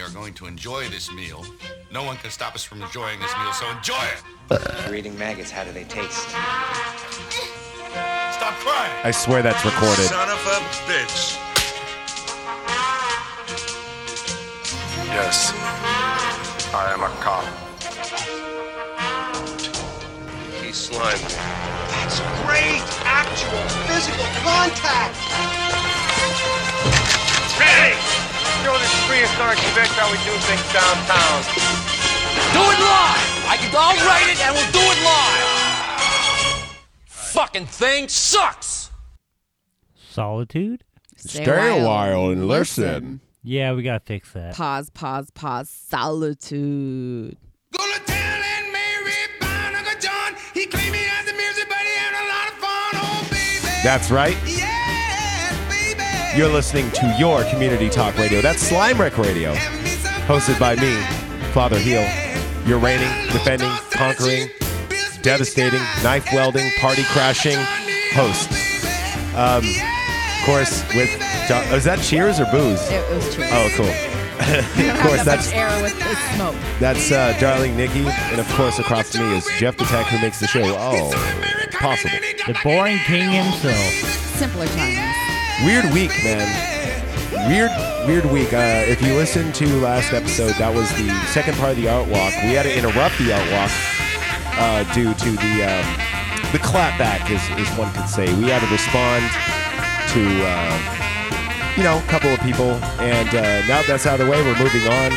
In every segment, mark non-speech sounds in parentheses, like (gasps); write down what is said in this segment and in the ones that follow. are going to enjoy this meal. No one can stop us from enjoying this meal, so enjoy it. You're eating maggots. How do they taste? Stop crying. I swear that's recorded. Son of a bitch. Yes, I am a cop. He slimed me. That's great actual physical contact. Hey! You know this prehistoric bitch how we do things downtown. Do it live! I can, I'll write it and we'll do it live! Fucking thing sucks! Solitude? Stay, and listen. Yeah, we gotta fix that. Pause, pause, pause. Solitude. Go to town and Mary Bound Uncle John. He claimed he had the music, but he had a lot of fun. Oh, baby. That's right. Yes, baby. You're listening to your community talk radio. That's Slime Wreck Radio, Hand me some hosted by me, Father Heel. You're reigning, Hello, defending, Dawson, conquering, she's a devastating, busy guy. knife welding, party crashing host. Um, of course, with John, is that cheers or booze? It was true. Oh, cool. (laughs) (laughs) of course, that's air with the smoke. that's uh, darling Nikki, and of course, across from me is Jeff the Tech, who makes the show all possible. (laughs) The boring king himself. Simpler times. Weird week, man. Weird, weird week. Uh, if you listened to last episode, that was the second part of the art walk. We had to interrupt the art walk uh, due to the um, the clapback, as, as one could say. We had to respond to uh, you know a couple of people, and uh, now that's out of the way, we're moving on.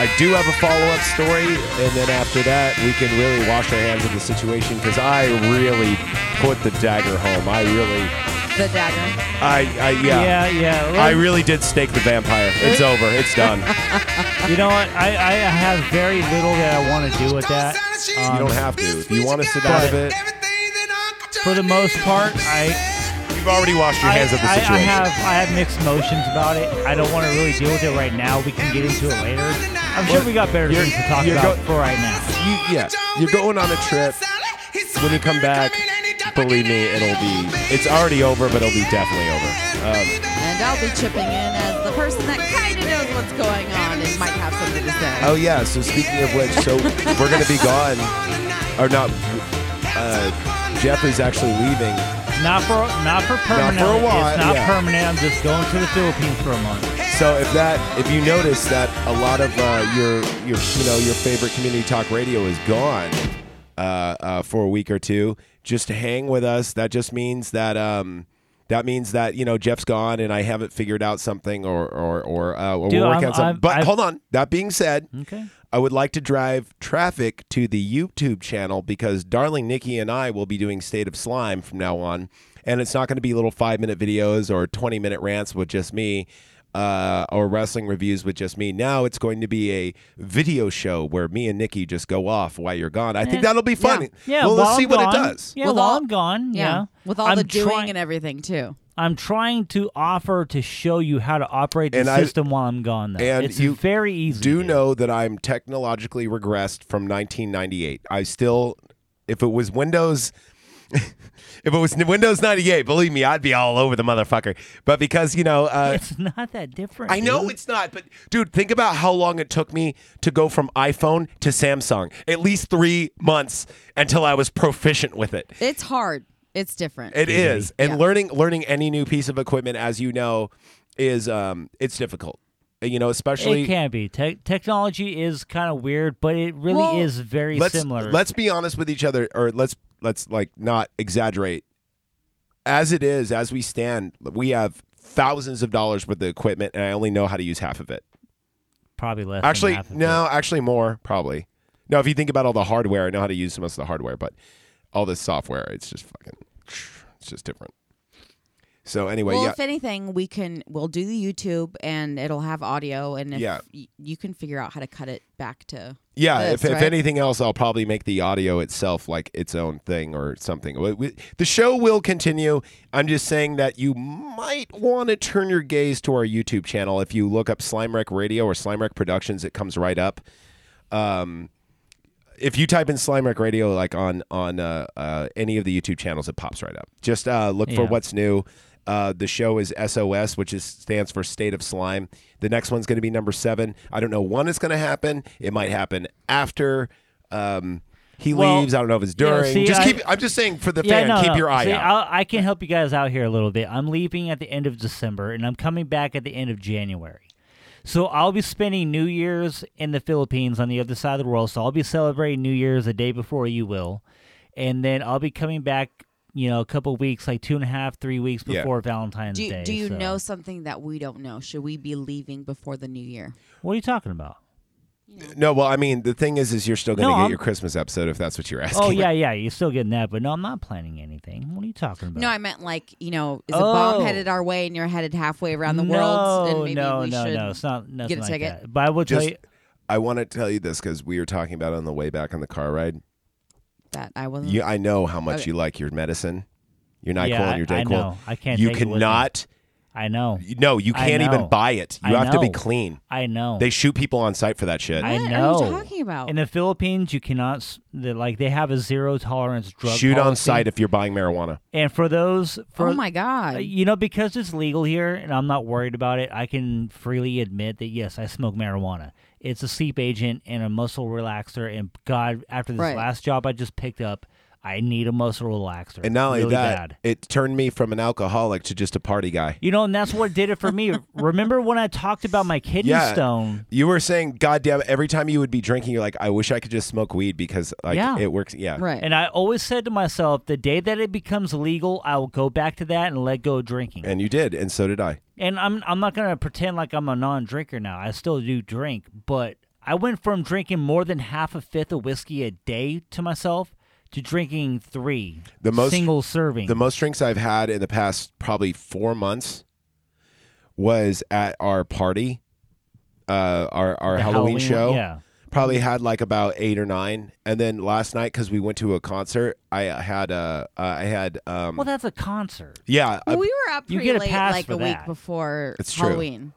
I do have a follow up story, and then after that, we can really wash our hands of the situation because I really put the dagger home. I really, The dagger. I, I Yeah, yeah. I really did stake the vampire. It's over. It's done. you know what? I, I have very little that I want to do with that. (laughs) Um, You don't have to. If you want to sit out of it, For the most part, I you've already washed your I, hands of the I- I situation. have I have mixed emotions about it. I don't want to really deal with it right now. We can get into it later. I'm sure we got better You're- things to talk you're about go- for right now. You, yeah, you're going on a trip. When you come back, believe me, it'll be. It's already over, but it'll be definitely over. Um, And I'll be chipping in as the person that kind of knows what's going on and might have something to say. oh yeah. So speaking of which, so we're gonna be gone, or not? Uh, Jeff is actually leaving. Not for not for permanent. while, It's not yeah. permanent. I'm just going to the Philippines for a month. So if that, if you notice that a lot of uh, your your you know your favorite community talk radio is gone uh, uh, for a week or two, just hang with us. That just means that um, that means that you know Jeff's gone and I haven't figured out something or or or uh, we'll Dude, work I'm- out something. I'm- but I've- hold on. That being said, Okay. I would like to drive traffic to the YouTube channel because darling Nikki and I will be doing State of Slime from now on. And it's not going to be little five minute videos or 20 minute rants with just me uh, or wrestling reviews with just me. Now it's going to be a video show where me and Nikki just go off while you're gone. I think that'll be fun. Eh, Yeah. Well, while let's see I'm what it gone- does. Yeah. With while all- I'm gone. Yeah. With all I'm the doing trying- and everything too. I'm trying to offer to show you how to operate the And I- system while I'm gone. Though and it's you very easy. do dude. know that I'm technologically regressed from 1998. I still, if it was Windows, (laughs) if it was Windows 98, believe me, I'd be all over the motherfucker. But because you know, uh, it's not that different. I know dude. it's not, but dude, think about how long it took me to go from iPhone to Samsung. At least three months until I was proficient with it. It's hard. It's different. Mm-hmm. It is, and Yeah. learning learning any new piece of equipment, as you know, is um, it's difficult. You know, especially It can be. Te- technology is kind of weird, but it really Well- is very let's, similar. Let's be honest with each other, or let's let's like not exaggerate. As it is, as we stand, we have thousands of dollars worth of equipment, and I only know how to use half of it. Probably less. than Actually, half of no, actually more probably. No, if you think about all the hardware, I know how to use most of the hardware, but all this software, it's just fucking, it's just different. So anyway, Well, yeah, if anything, we can we'll do the YouTube and it'll have audio, and if Yeah. y- you can figure out how to cut it back to yeah. this, if, if right? anything else, I'll probably make the audio itself like its own thing or something. We- we- The show will continue. I'm just saying that you might want to turn your gaze to our YouTube channel. If you look up Slime Wreck Radio or Slime Wreck Productions, it comes right up. if you type in Slime Wreck Radio, like on on uh, uh, any of the YouTube channels, it pops right up. Just uh, look for Yeah. what's new. Uh, the show is SOS, which is stands for State of Slime. The next one's going to be number seven. I don't know when it's going to happen. It might happen after um, he Well, leaves. I don't know if it's you know, during. see, just I- keep. I'm just saying for the fan, no, keep no. your eye See, out. I'll, I can help you guys out here a little bit. I'm leaving at the end of December, and I'm coming back at the end of January. So I'll be spending New Year's in the Philippines on the other side of the world. So I'll be celebrating New Year's the day before you will, and then I'll be coming back. You know, a couple weeks, like two and a half, three weeks Yeah. before Valentine's Do, Day. do you so- know something that we don't know? Should we be leaving before the new year? what are you talking about? no, well, I mean, the thing is, is you're still going to No, get I'm- your Christmas episode if that's what you're asking. Oh yeah, yeah, you're still getting that, but no, I'm not planning anything. What are you talking about? No, I meant like you know, is a Oh. bomb headed our way and you're headed halfway around the no, world, and maybe no, we no, should. no, it's not nothing a like ticket? that. But I will tell Just, you, I want to tell you this because we were talking about it on the way back on the car ride. That I wasn't. Oh You, I know how much Okay. you like your medicine, your Nyquil Yeah, and your I- I Dayquil. know. I can't You take it with me. cannot. I know, No, you I can't even know. buy it. You I have to be know. clean. I know. They shoot people on site for that shit. I What are you know. talking about? In the Philippines, you cannot s- the- like they have a zero tolerance drug shoot on policy. site if you're buying marijuana. And for those, for oh my god! uh, you know, because it's legal here, and I'm not worried about it. I can freely admit that yes, I smoke marijuana. It's a sleep agent and a muscle relaxer. And God, after this Right. last job I just picked up, I need a muscle relaxer. And not only really that, bad. it turned me from an alcoholic to just a party guy. You know, and that's what did it (laughs) for me. Remember when I talked about my kidney Yeah. stone? You were saying, God damn, every time you would be drinking, you're like, I wish I could just smoke weed because like Yeah. it works. Yeah. right. And I always said to myself, the day that it becomes legal, I will go back to that and let go of drinking. And you did, and so did I. And I'm I'm not gonna pretend like I'm a non-drinker now. I still do drink, but I went from drinking more than half a fifth of whiskey a day to myself to drinking three The most- single serving. The most drinks I've had in the past probably four months was at our party, uh, our, our The Halloween, show. Yeah, Probably had like about eight or nine, and then last night because we went to a concert, I had uh, uh, I had um, well, that's a concert. yeah, Well, uh, we were up You pretty get a late, pass like for a week that. before It's true. Halloween.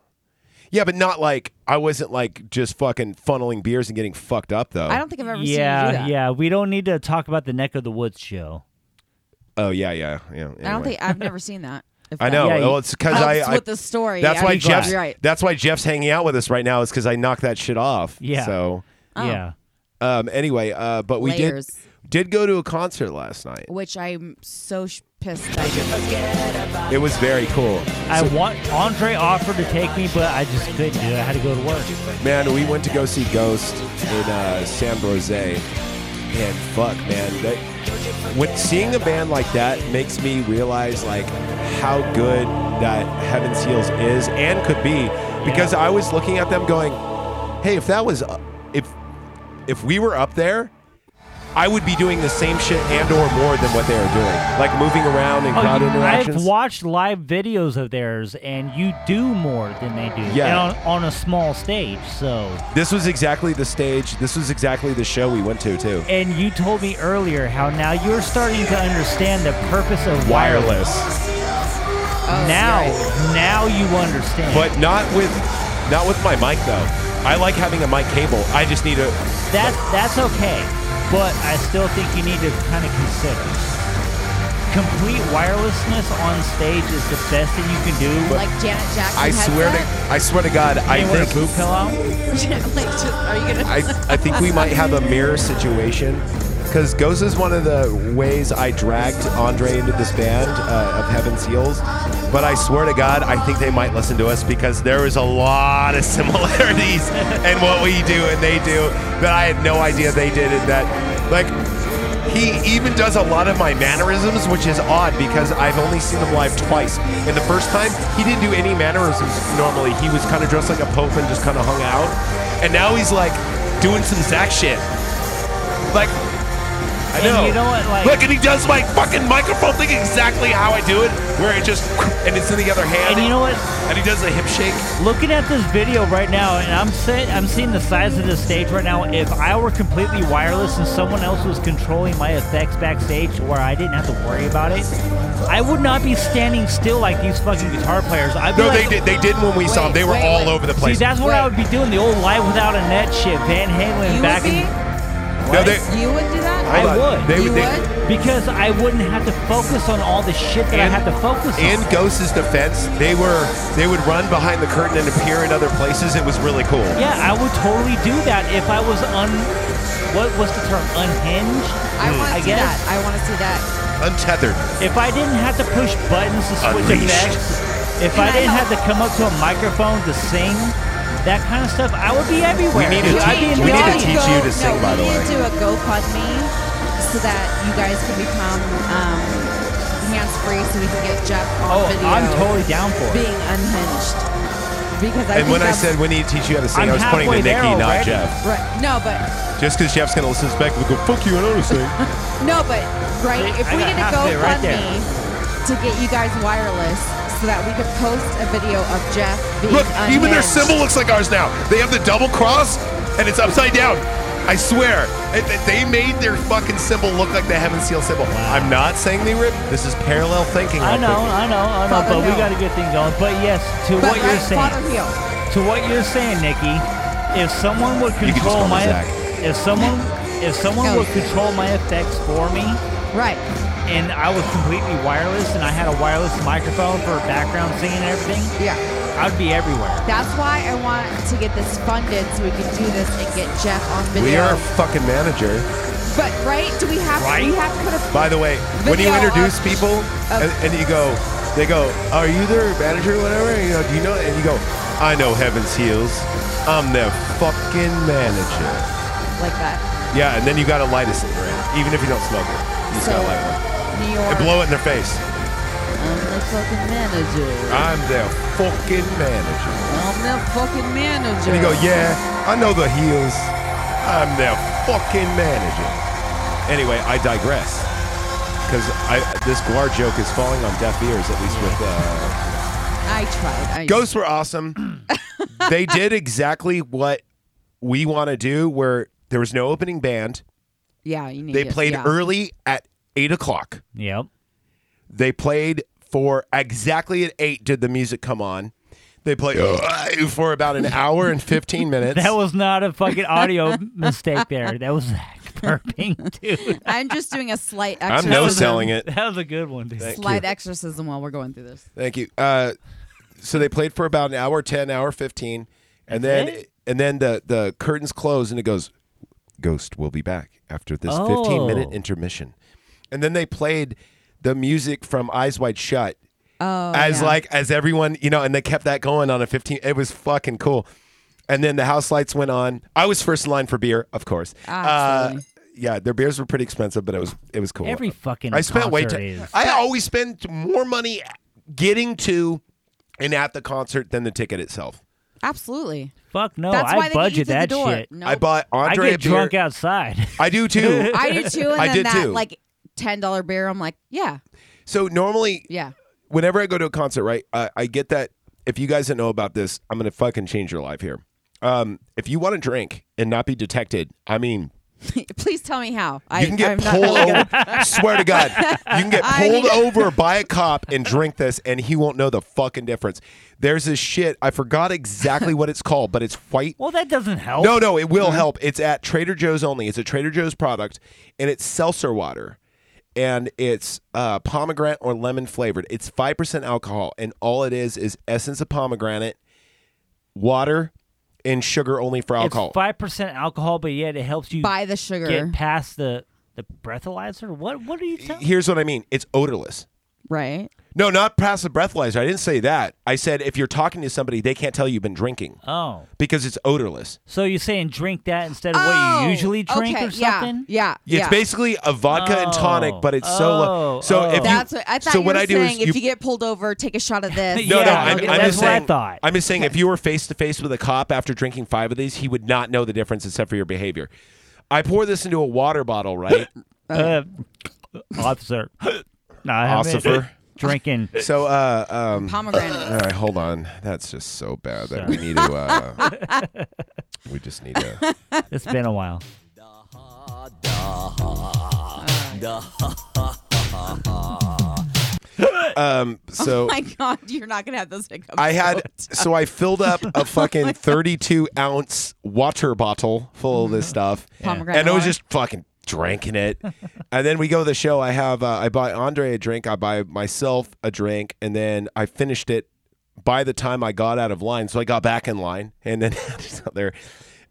yeah, but not like I wasn't like just fucking funneling beers and getting fucked up though. I don't think I've ever yeah, seen you do that. yeah. We don't need to talk about the neck of the woods show. Oh yeah, yeah, yeah. Anyway. I don't think I've never seen that. if I that know. Yeah, you- well, it's because helps I. I- with the story. that's I why mean, Jeff's. you're right. That's why Jeff's hanging out with us right now is because I knocked that shit off. Yeah. So, Oh. Yeah, um, anyway, uh, but we Layers. did did go to a concert last night. Which I'm so sh- pissed that I didn't. It was very cool, I want Andre offered to take me, but I just couldn't do it. I had to go to work. man. We went to go see Ghost in uh, San Jose, and fuck, man, that when seeing a band like that makes me realize like how good that Heaven's Heels is and could be, because I was looking at them going, hey, if that was uh, if if we were up there. I would be doing the same shit and or more than what they were doing, like moving around and Oh, crowd you- interactions. I've watched live videos of theirs, and you do more than they do. Yeah. and on, on a small stage. So, This was exactly the stage. This was exactly the show we went to too. and you told me earlier how now you're starting to understand the purpose of wireless. Wireless, Oh, Now, right. now you understand. but not with not with my mic though. I like having a mic cable. I just need a that that's okay. But I still think you need to kind of consider complete wirelessness on stage is the best thing you can do. like Janet Jackson. I swear to headset? I swear to God, I and wear a boot think pillow. (laughs) like, just, are you gonna? I, I think we might have a mirror situation. Because Ghost is one of the ways I dragged Andre into this band uh, of Heaven's Heels. But I swear to God, I think they might listen to us because there is a lot of (laughs) similarities in what we do and they do that I had no idea they did. And that, like, he even does a lot of my mannerisms, which is odd because I've only seen him live twice. And the first time, he didn't do any mannerisms normally. He was kind of dressed like a pope and just kind of hung out. And now he's like doing some Zach shit. Like, I And know. you know what, like- Look, and he does my fucking microphone thing exactly how I do it, where it just, and it's in the other hand. And you know what? and he does a hip shake. Looking at this video right now, and I'm se- I'm seeing the size of this stage right now. If I were completely wireless and someone else was controlling my effects backstage, where I didn't have to worry about it, I would not be standing still like these fucking guitar players. I'd be No, like, they did. They did when we saw him. Wait, They were wait, all wait. over the See, place. that's what I would be doing. The old live without a net shit, Van Halen you back would be? in. no, they, You would do that? I hold on. would. They, You they, would? because I wouldn't have to focus on all the shit that And- I have to focus on. In Ghost's defense, they were they would run behind the curtain and appear in other places. It was really cool. yeah, I would totally do that if I was un. What was the term? Unhinged. I Hmm. want I to see guess. that. I want to see that. Untethered. If I didn't have to push buttons to switch Unleashed. effects, if I didn't have to come up to a microphone to sing, that kind of stuff, I would be everywhere. We need to dude. I'd be teach- in we need to Bali. teach you go- to sing, no, by the we way. need to do a GoFundMe so that you guys can become um, hands free, so we can get Jeff on Oh, video. I'm totally down for it. being unhinged because I And think when I that's- said we need to teach you how to sing, I'm I was pointing to halfway Nikki, there not already. Jeff. right, no, but Just because Jeff's gonna listen to this back and go, "Fuck you, I know how to (laughs) sing." no, but right. See, If I we got did a half of it right there. GoFundMe to get you guys wireless so that we could post a video of Jeff being Look, unhinged. even their symbol looks like ours now. They have the double cross, and it's upside down. I swear, It- it- they made their fucking symbol look like the Heaven Seal symbol. I'm not saying they rip. This is parallel thinking. I real know, quick. I know, I know, Father, but we no. got a good thing going. But yes, to But what you're like Father saying, Heal. to what you're saying, Nikki, if someone would You could just control call me my, Zach. if someone, if someone No. would control my effects for me, Right. and I was completely wireless, and I had a wireless microphone for background singing and everything, Yeah. I'd be everywhere. That's why I want to get this funded so we can do this and get Jeff on video. We are a fucking manager. But right? Do we have Right? we have to put a By the way, when you Video introduce of- people and, and you go, they go, "Are you their manager, or whatever?" And you go, "Do you know?" And you go, "I know Heaven's Heels. I'm their fucking manager." like that? Yeah, and then you gotta light a cigarette, even if you don't smoke it. You just So gotta light one New York and blow it in their face. I'm the fucking manager. I'm their fucking manager. I'm the fucking manager. And you go, "Yeah, I know the Heels. I'm their fucking manager." Anyway, I digress. Because I this Guar joke is falling on deaf ears, at least with. Uh, I tried. I Ghosts were (laughs) awesome. they did exactly what we want to do, where there was no opening band. Yeah, you need They it, played yeah. early at eight o'clock. Yep. They played for exactly at eight did the music come on. They played for about an hour and 15 minutes. (laughs) That was not a fucking (laughs) audio mistake there. That was Zach (laughs) burping, dude. I'm just doing a slight (laughs) I'm exorcism. no selling it. That was a good one, dude. Slight exorcism while we're going through this. Thank you. Uh, so they played for about an hour, 10, hour 15. And then That's and then the, the curtains close and it goes, Ghost will be back after this Oh. 15 minute intermission. And then they played the music from Eyes Wide Shut. Oh, as yeah. like as everyone, you know, and they kept that going on a 15. It was fucking cool. And then the house lights went on. I was first in line for beer, of course. Uh, Ah, Absolutely. yeah, their beers were pretty expensive, but it was it was cool. Every fucking I spent way concert too. is. I always spend more money getting to and at the concert than the ticket itself. absolutely. Fuck no, That's why I they budget get you through that the door. shit. No, I bought I Andre a get beer. drunk outside. (laughs) I do too. I (laughs) do too, and I then did that too. like ten dollar beer. I'm like, yeah, so normally, yeah. (laughs) whenever I go to a concert, right, I, I get that. If you guys don't know about this, I'm gonna fucking change your life here. Um, if you want to drink and not be detected, I mean, Please tell me how. you can get I'm not pulled really good over. swear to God, you can get (laughs) I pulled need- over by a cop and drink this, and he won't know the fucking difference. There's this shit. I forgot exactly what it's called, but it's white well, that doesn't help. No, no, it will Mm-hmm. help. It's at Trader Joe's only. It's a Trader Joe's product, and it's seltzer water, and it's uh, pomegranate or lemon flavored. It's five percent alcohol, and all it is is essence of pomegranate, water, and sugar only for it's alcohol. five percent alcohol, but yet it helps you Buy the sugar. get past the the breathalyzer. What What are you telling? Here's what I mean: it's odorless. right. No, not past the breathalyzer. I didn't say that. I said if you're talking to somebody, they can't tell you've been drinking Oh, because it's odorless. so you're saying drink that instead of what Oh, you usually drink okay, or something? Yeah, yeah. It's yeah. basically a vodka and tonic, Oh, but it's so low. oh, So oh. if you, That's what I thought. so you what were I do saying is if you, get pulled over, take a (laughs) shot of this. No, Yeah, no, I'm, okay, I'm that's just what I saying. thought. am just saying, if you were face to face with a cop after drinking five of these, he would not know the difference except for your behavior. I pour this into a water bottle, right? Uh, (laughs) officer, no, I haven't Ossifer. drinking. (laughs) so, uh, um, all (laughs) (laughs) pomegranate. right, hold on. That's just so bad that we need to. Uh, (laughs) we just need to. It's been a while. Um, (laughs) so My God, you're not gonna have those hiccups. I (laughs) had out. so I filled up a fucking 32 ounce water bottle full of this stuff, Mm-hmm. Pomegranate and it was water. just fucking drank in (laughs) it. and then we go to the show. I have uh, I buy Andre a drink. I buy myself a drink, and then I finished it by the time I got out of line. So I got back in line, and then (laughs) just out there,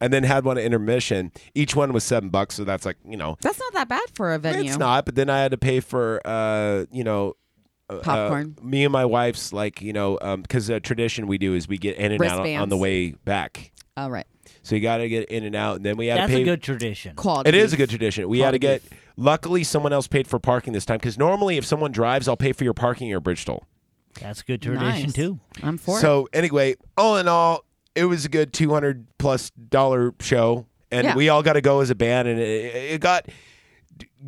and then had one at intermission. Each one was seven bucks, so that's like you know. That's not that bad for a venue. It's not, but then I had to pay for, uh, you know, uh, Popcorn. me and my wife's like you know, because a tradition we do is we get in and out on Wristbands. the way back. All right. So you got to get in and out, and then we had That's to pay. a good tradition. Quality. It is a good tradition. We had to get. Luckily, someone else paid for parking this time because normally, if someone drives, I'll pay for your parking or Bridgetoll. That's a good tradition Nice. too. I'm for it. So anyway, all in all, it was a good two hundred plus dollar show, and Yeah. we all got to go as a band, and it, it got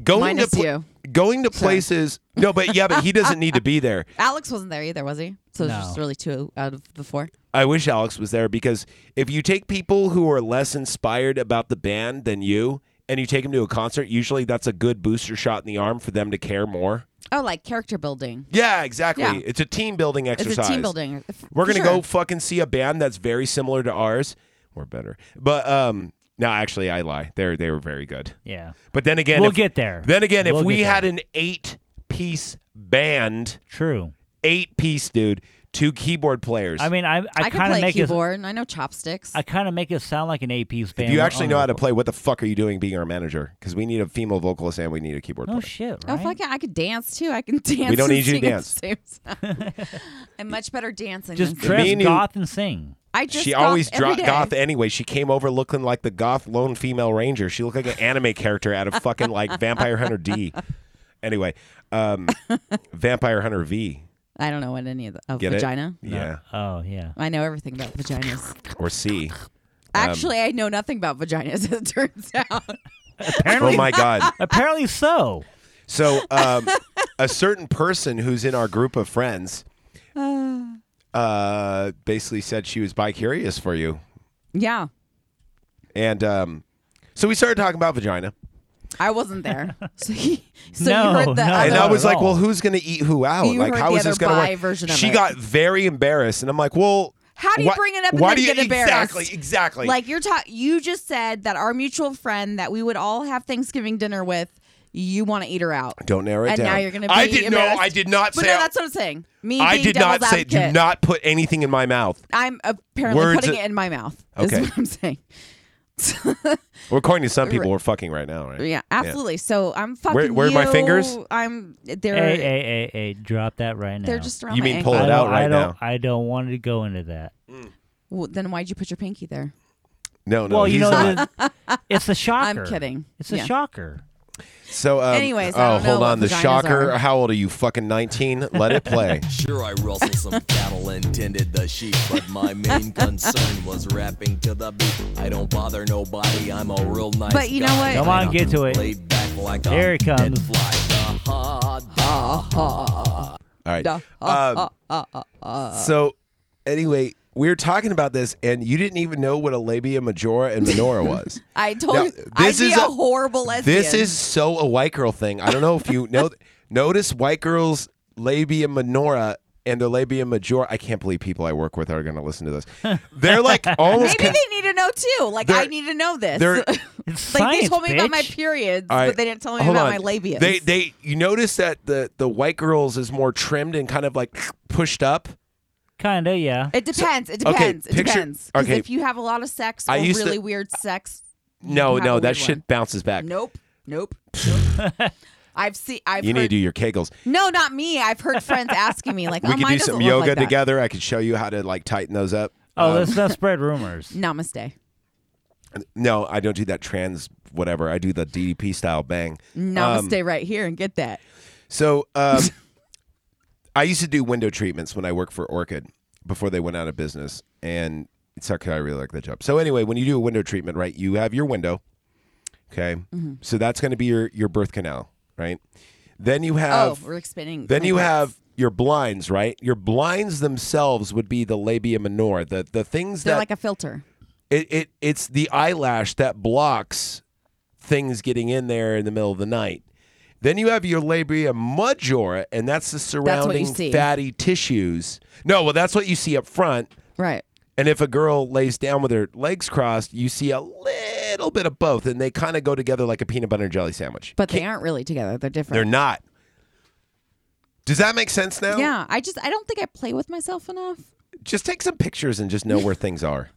going Minus to pla- you. going to places. No, but yeah, but he doesn't need to be there. Alex wasn't there either, was he? So it's just No. really two out of the four. I wish Alex was there because if you take people who are less inspired about the band than you, and you take them to a concert, usually that's a good booster shot in the arm for them to care more. Oh, like character building. Yeah, exactly. Yeah. It's a team building exercise. It's a team building. F- We're for gonna sure. go fucking see a band that's very similar to ours. We're better, but um, no, actually, I lie. They are they were very good. Yeah. But then again, We'll if- get there. Then again, We'll if we get there. had an eight piece band, True. eight piece dude, two keyboard players. I mean, I I, I can kind of play make it keyboard. and I know chopsticks. I kind of make it sound like an AP band. if you actually know how to play, what the fuck are you doing being our manager? Because we need a female vocalist and we need a keyboard No player. shit, Oh right? fuck! yeah, I could dance too. I can (laughs) dance. don't and need you to sing at the same time. I'm much better dancing. Just than singing. dress Me and you- goth and sing. I just she goth always every dropped day. goth e- anyway. She came over looking like the goth lone female ranger. She looked like an anime character out of fucking (laughs) like Vampire Hunter D. Anyway, um, Vampire Hunter V. I don't know what any of the oh, Get vagina. it? Yeah. Oh (laughs) yeah. I know everything about vaginas. Or (laughs) C. Actually, I know nothing about vaginas. (laughs) As it turns out, Oh my god. Apparently so. So um, a certain person who's in our group of (sighs) friends uh, basically said she was bi curious for you. yeah, And um, so we started talking about vagina. I (laughs) wasn't there. So he, so No, you heard the no. other- and not I was at like, all. well, who's going to eat who out? You like, heard how the is this other going to bi work? version of she it. got very embarrassed. And I'm like, well, How do you why- bring it up and why then do you, get embarrassed? (laughs) Exactly, exactly. like you're ta- you just said that our mutual friend that we would all have Thanksgiving dinner with, you want to eat her out. don't narrow it and down. now you're gonna. Be I did no, embarrassed. I did not But say. no, that's what I'm saying. Me, I being did not devil's say. Do advocate, not put anything in my mouth. I'm apparently Words putting that- it in my mouth. Okay. Is what I'm saying. Well, according to some people, we're fucking right now, right? Yeah, absolutely. So I'm fucking. where are my you. fingers? I'm. They're. Hey, hey, hey, hey, drop that right now. They're just around. You my mean ankle. pull I it don't, out right I now? don't, I don't want to go into that. Well, then why'd you put your pinky there? No, no. well, you he's know, not. the, (laughs) it's a shocker. kidding. It's a Yeah. (laughs) shocker. So, um, Anyways, oh, I don't know hold what on. The vaginas shocker. are. How old are you? Fucking nineteen. Let it (laughs) play. Sure, I rustled some cattle and tended the sheep, but my main concern was rapping to the beat. I don't bother nobody, I'm a real nice But you know guy. what? Come on, get to it. Laid back like a Here it dead comes. Fly. Da, ha, Um, da, ha. All right. Duh. Um, So, anyway, we were talking about this, and you didn't even know what a labia majora and minora was. I told Now, you. this I'd is be a, a- horrible lesbian. this is so a white girl thing. I don't know if (laughs) you know. notice white girls' labia minora and their labia majora. I can't believe people I work with are going to listen to this. They're (laughs) like almost. Maybe they need to know too. Like They're- I need to know this. they're- (laughs) like It's they science, told me about my bitch. periods, All right, but they didn't tell me hold about on. my labia. They they you notice that the the white girls is more trimmed and kind of like pushed up. Kinda, yeah. It depends. it okay, depends. it picture- depends. 'Cause okay. If you have a lot of sex or I used to- really weird sex, you No, have a no, that weird shit one. bounces back. Nope. Nope. (laughs) nope. I've seen. I've you heard, need to do your kegels. No, not me. I've heard friends asking me like, We "Oh, could mine do doesn't some look yoga like that." together. I could show you how to like tighten those up. Oh, let's not spread (laughs) rumors. Namaste. No, I don't do that trans whatever. I do the DDP style bang. Namaste right here and get that. So (laughs) um, I used to do window treatments when I worked for Orchid before they went out of business, and it's okay. I really like that job. So anyway, when you do a window treatment, right, you have your window. Okay, Mm-hmm. so that's going to be your your birth canal, right? Then you Oh, have we're expanding. uh, then you Wait, have your blinds, right? Your blinds themselves would be the labia minora, the the things They're that like a filter. it, it it's the eyelash that blocks things getting in there in the middle of the night. Then you have your labia majora, and that's the what you surrounding see. fatty tissues. No, well, that's what you see up front. Right. And if a girl lays down with her legs crossed, you see a little little bit of both, and they kind of go together like a peanut butter and jelly sandwich. But they aren't really together. They're different. They're not. Does that make sense now? Yeah, I just I don't think I play with myself enough. Just take some pictures and (laughs) just know where things are.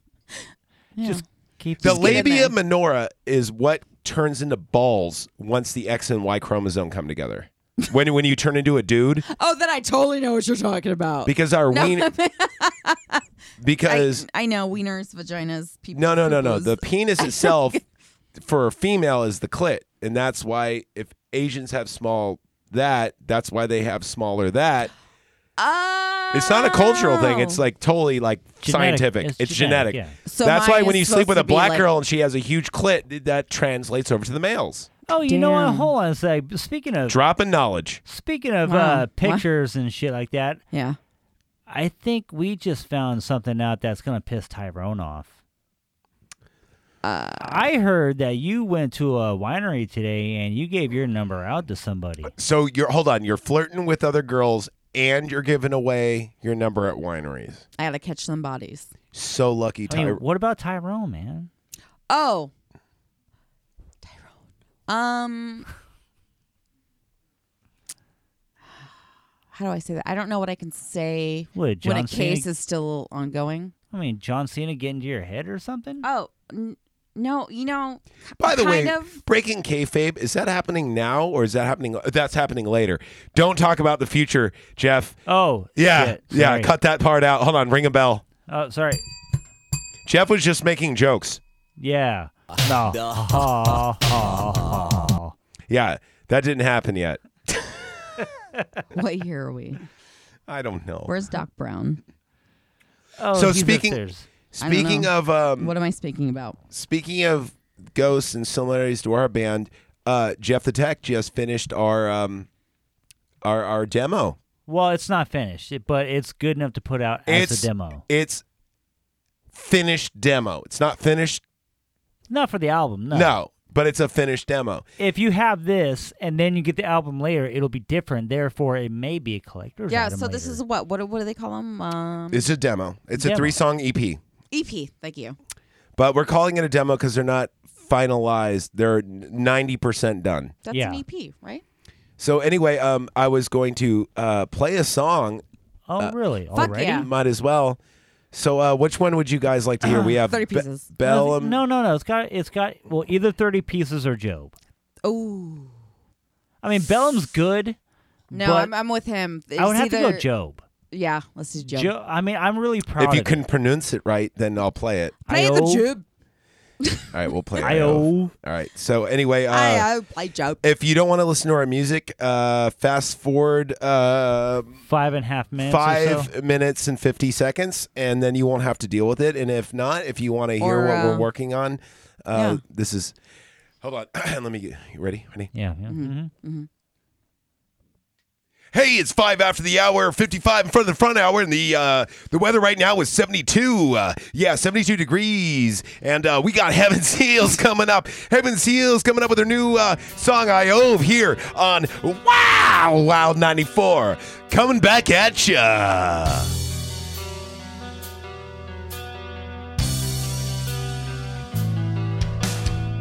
Just keep The Just get in labia there. minora is what turns into balls once the X and Y chromosome come together. When when you turn into a dude, Oh, then I totally know what you're talking about. because our (laughs) No. wiener, I, because I know wieners, vaginas, people. no no no no the peoples. (laughs) penis itself for a female is the clit, and that's why if Asians have small that, that's why they have smaller that. oh. It's not a cultural thing. It's like totally like Genetic. scientific. It's, It's genetic. genetic, yeah. So That's why mine when is you sleep supposed with to a be black like- girl and she has a huge clit, that translates over to the males. Oh, you know what? Damn. Hold on a sec. Speaking of Dropping knowledge. speaking of Wow. uh, What? pictures and shit like that, yeah. I think we just found something out that's gonna piss Tyrone off. Uh. I heard that you went to a winery today and you gave your number out to somebody. So you're hold on, you're flirting with other girls and you're giving away your number at wineries. I gotta catch some bodies. So lucky, I mean, Ty. what about Tyrone, man? Oh, Tyrone. Um, (sighs) how do I say that? I don't know what I can say What, when a John Cena- case is still ongoing. I mean, John Cena get into your head or something? Oh n- no, (laughs) you know. By the kind way, of- breaking kayfabe is that happening now or is that happening? That's happening later. Don't talk about the future, Jeff. oh, Yeah, shit, yeah. sorry. Cut that part out. Hold on, ring a bell. Oh, sorry. Jeff was just making jokes. Yeah. No. (laughs) Aw, aw, aw. Yeah, that didn't happen yet. What year are we? I don't know. Where's Doc Brown? Oh, So he's speaking- upstairs. I don't Speaking know. of um, What am I speaking about? speaking of ghosts and similarities to our band, uh, Jeff the Tech just finished our um, our our demo. Well, it's not finished, it- but it's good enough to put out as It's- a demo. It's finished demo. It's not finished. Not for the album, no. No. but it's a finished demo. If you have this and then you get the album later, it'll be different. Therefore, it may be a collector's Yeah. item So this later. is what? What? do- What do they call them? Um, It's a demo. It's a Demo. three song EP. EP. Thank you. But we're calling it a demo because they're not finalized. They're ninety percent done. That's Yeah. an EP, right? So anyway, um, I was going to uh, play a song. Oh, Uh, really? fuck Already? yeah. Might as well. So uh, which one would you guys like to hear? (sighs) we have 30 Be- pieces. Bellum. No, no, no. It's got, it's got, well, either 30 pieces or Job. Oh I mean, Bellum's good. no, But- I'm, I'm with him. It's I would have to either- go Job. Yeah, let's do Joe. Job. I mean, I'm really proud If you of can it. pronounce it right, then I'll play it. Play the Io. Job. All right, we'll play it. Io. All right. So anyway, uh, I, I play Job. if you don't want to listen to our music, uh, fast forward uh, Five and a half minutes. or so. five minutes and 50 seconds, and then you won't have to deal with it. And if not, if you want to hear Or, what we're uh, working on, uh, yeah. this is. Hold on. (clears throat) Let me get. You ready? Ready? Yeah. yeah. Mm-hmm. hmm Hey, it's five after the hour, fifty-five in front of the front hour, and the uh, the weather right now is seventy-two. Uh, yeah, seventy-two degrees, and uh, we got (laughs) Heaven Seals coming up. Heaven Seals coming up with their new uh, song "Iove" here on Wow Wow ninety-four. Coming back at ya.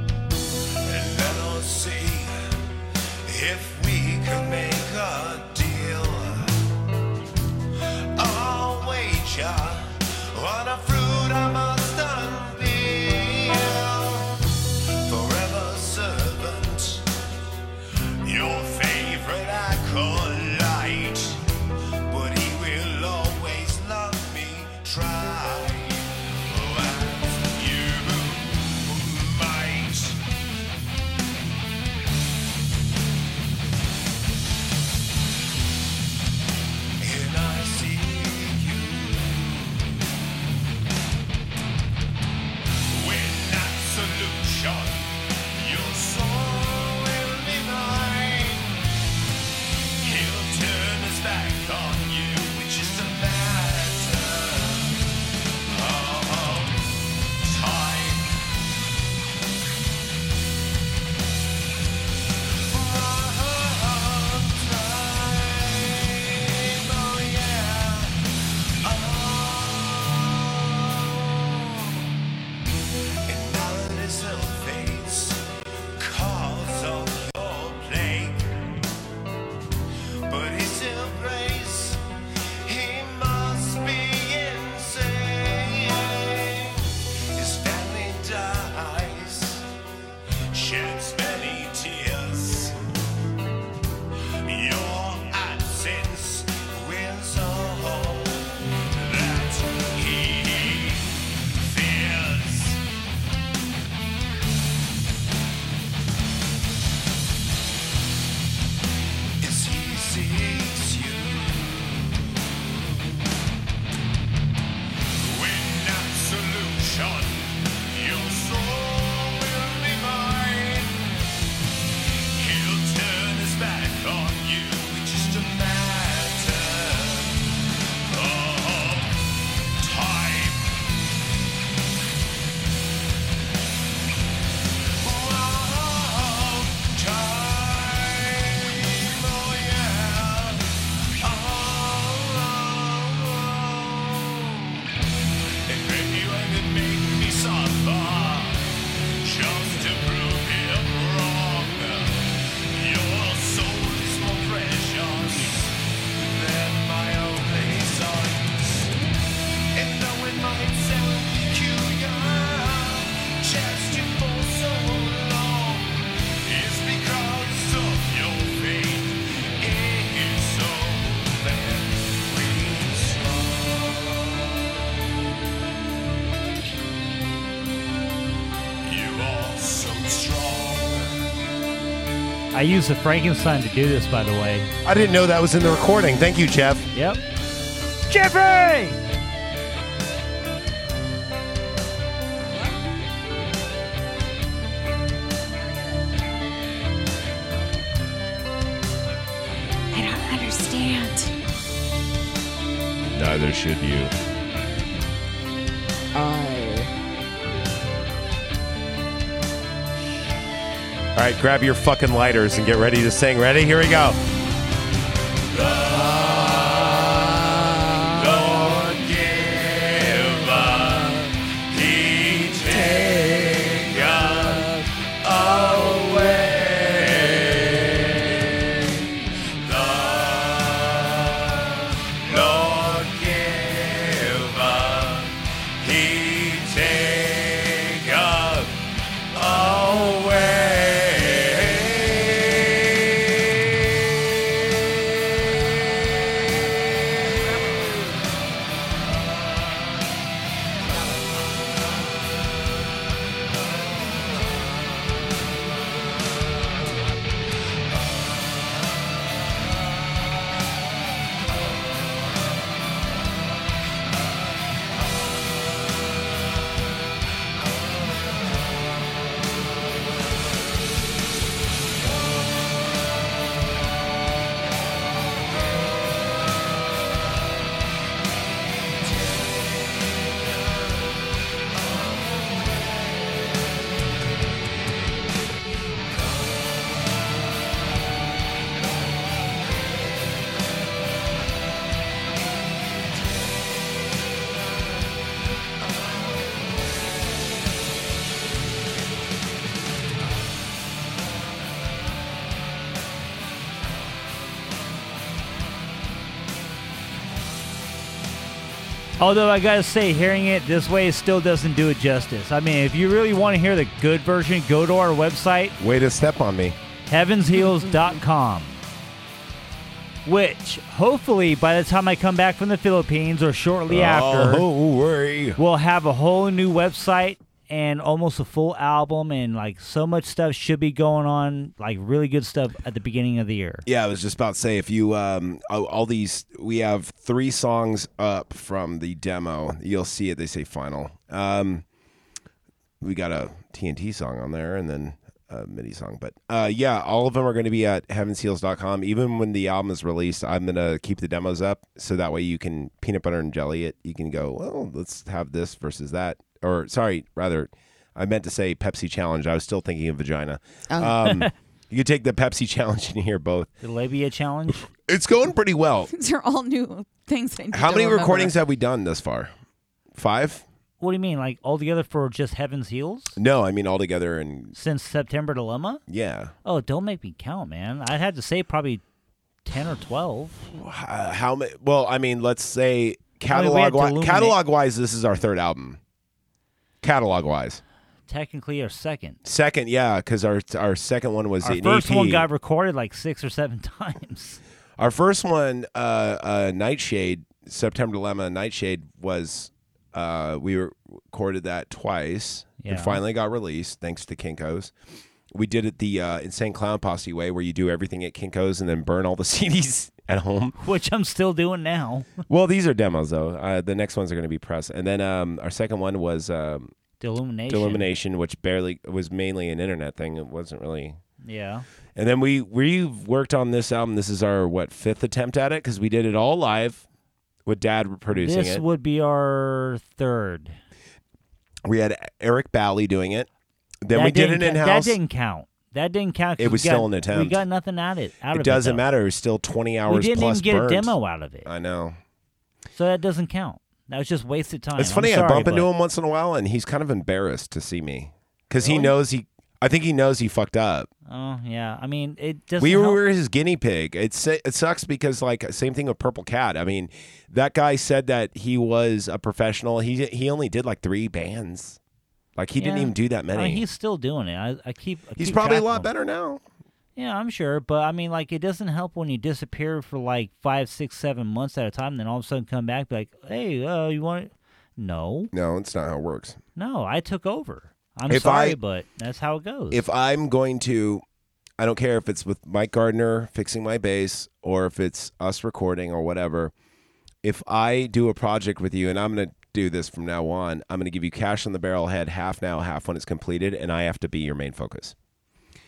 Let us see if we can make a deal. I'll wage ya on a fruit I must unveil. Forever servant, your favorite acolyte, but he will always. oh I used the Frankenstein to do this, by the way. I didn't know that was in the recording. Thank you, Jeff. Yep. Jeffrey! I don't understand. Neither should you. Oh. All right, grab your fucking lighters and get ready to sing. Ready? Here we go. Although I gotta say, hearing it this way still doesn't do it justice. I mean, if you really want to hear the good version, go to our website, Way to step on me. heavensheels.com. Which, hopefully, by the time I come back from the Philippines or shortly after, Oh, way. we'll have a whole new website and almost a full album, and like so much stuff should be going on, like really good stuff at the beginning of the year. Yeah, I was just about to say if you um all, all these we have three songs up from the demo. You'll see it. They say final. Um, we got a TNT song on there and then a MIDI song. But uh, yeah, all of them are going to be at heavenseals.com. Even when the album is released, I'm going to keep the demos up so that way you can peanut butter and jelly it. You can go, well, let's have this versus that. Or sorry, rather, I meant to say Pepsi challenge. I was still thinking of vagina. Um, you can take the Pepsi challenge and hear both. The labia challenge. It's going pretty well. These are all new things I need How to many remember. recordings have we done thus far? Five? What do you mean, like all together for just Heaven's Heels No, I mean all together and since September Dilemma? yeah. Oh, don't make me count, man. I'd have to say probably ten or twelve. Uh, how many? Well, I mean, let's say I mean, we had catalog wise, Deluminate. catalog wise, this is our third album. Catalog wise, Technically, our second. second, yeah, because our our second one was Our an E first EP. one got recorded like six or seven (laughs) times. Our first one, uh, uh, Nightshade, September Dilemma, Nightshade was, uh, we were- recorded that twice. It Yeah. finally got released thanks to Kinkos. We did it the uh, Insane Clown Posse way, where you do everything at Kinkos and then burn all the (laughs) CDs at home. which I'm still doing now. (laughs) well, these are demos though. Uh, the next ones are going to be press, and then um, our second one was um, The Illumination. Illumination, which barely was mainly an internet thing. It wasn't really Yeah. and then we we worked on this album. This is our what fifth attempt at it because we did it all live with Dad producing This it. would be our third. we had Eric Bally doing it. Then That we did didn't it ca- in house. That It didn't count. That didn't count. 'cause It we was got- still an attempt. We got nothing out of it. Out of doesn't though. matter. It was still twenty hours We didn't plus even get burnt. a demo out of it, I know. so that doesn't count. That was just wasted time. It's I'm funny. I sorry, bump into but- him once in a while, and he's kind of embarrassed to see me because he knows he. I think he knows he fucked up. Oh yeah. I mean, it doesn't. we help. were his guinea pig. It su- it sucks because like same thing with Purple Cat. I mean, that guy said that he was a professional. He he only did like three bands. Like he didn't Yeah. even do that I many. mean, he's still doing it. I, I keep. I he's keep probably a track lot of him. better now. Yeah, I'm sure, but I mean, like, it doesn't help when you disappear for like five, six, seven months at a time, then all of a sudden come back, be like, "Hey, uh, you want?" No, No, it's not how it works. no, I took over. I'm If sorry, I- but that's how it goes. If I'm going to I don't care if it's with Mike Gardner fixing my bass or if it's us recording or whatever. If I do a project with you and I'm going to do this from now on, I'm going to give you cash on the barrel head half now, half when it's completed, and I have to be your main focus.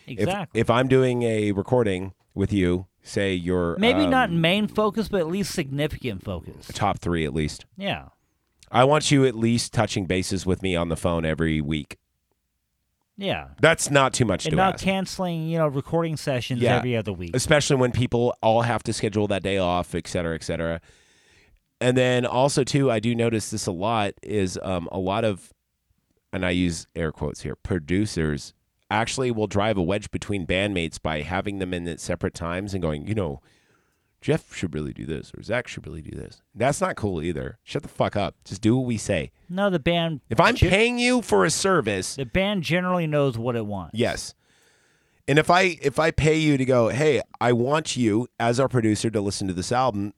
If- Exactly. If, I'm doing a recording with you, say your Maybe um, not main focus, but at least significant focus. top three at least. Yeah. I want you at least touching bases with me on the phone every week. Yeah. That's not too much And to not ask. canceling, you know, recording sessions every other week. Especially when people all have to schedule that day off, et cetera, et cetera. And then also too, I do notice this a lot is um, a lot of, and I use air quotes here, producers actually will drive a wedge between bandmates by having them in at separate times and going, you know, Jeff should really do this or Zach should really do this. That's not cool either. Shut the fuck up. Just do what we say. No, the band If I'm paying you for a service, the band generally knows what it wants. Yes. And if I if I pay you to go, hey, I want you as our producer to listen to this album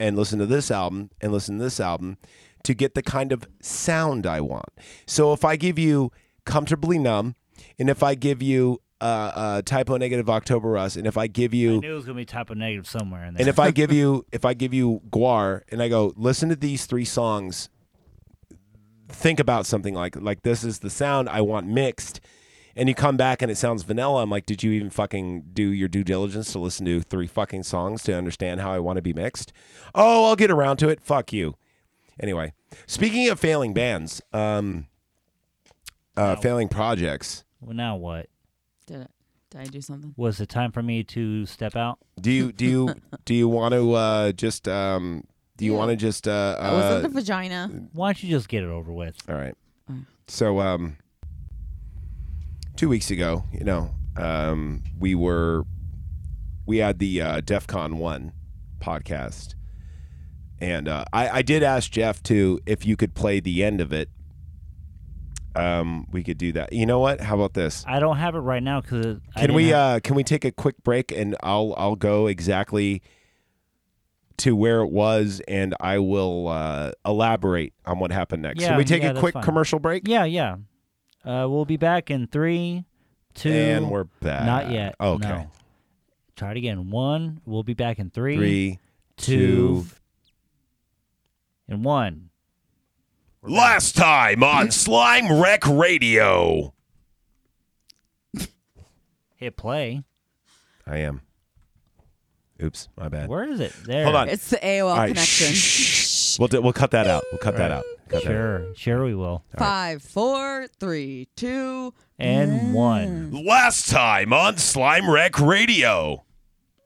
and listen to this album and listen to this album to get the kind of sound I want. So if I give you comfortably numb, and if I give you uh, uh, typo negative October Rust, and if I give I you knew it was gonna be type of negative somewhere in there. and if I give you (laughs) if I give you Guar and I go listen to these three songs, think about something like like this is the sound I want mixed, and you come back and it sounds vanilla. I'm like, did you even fucking do your due diligence to listen to three fucking songs to understand how I want to be mixed? Oh, I'll get around to it. Fuck you. Anyway, speaking of failing bands, um, uh, failing projects. well, now what? Did it? Did I do something? Was it time for me to step out? Do you do (laughs) you do you want to uh, just um, do you want to just uh, I was uh, at the vagina. Why don't you just get it over with? All right. Mm. So, um, two weeks ago, you know, um, we were we had the uh, DEF CON one podcast, and uh, I, I did ask Jeff to if you could play the end of it. Um, we could do that. You know what? How about this? I don't have it right now because Can we uh, can we take a quick break and I'll I'll go exactly to where it was and I will uh, elaborate on what happened next. Yeah, Can we take yeah, a that's quick fine. commercial break? yeah, yeah. Uh, we'll be back in three, two. And we're back. Not yet. Okay. no. Try it again. One. We'll be back in three, Three, two, two. and one. Last time (laughs) on Slime Wreck Radio. Hit play. I am. Oops, my bad. Where is it? There. Hold on. It's the AOL All right, connection. shh, We'll do, we'll cut that out. We'll cut that out. Cut that out. Sure. Sure, we will. Five, four, three, two. And one. Last time on Slime Wreck Radio.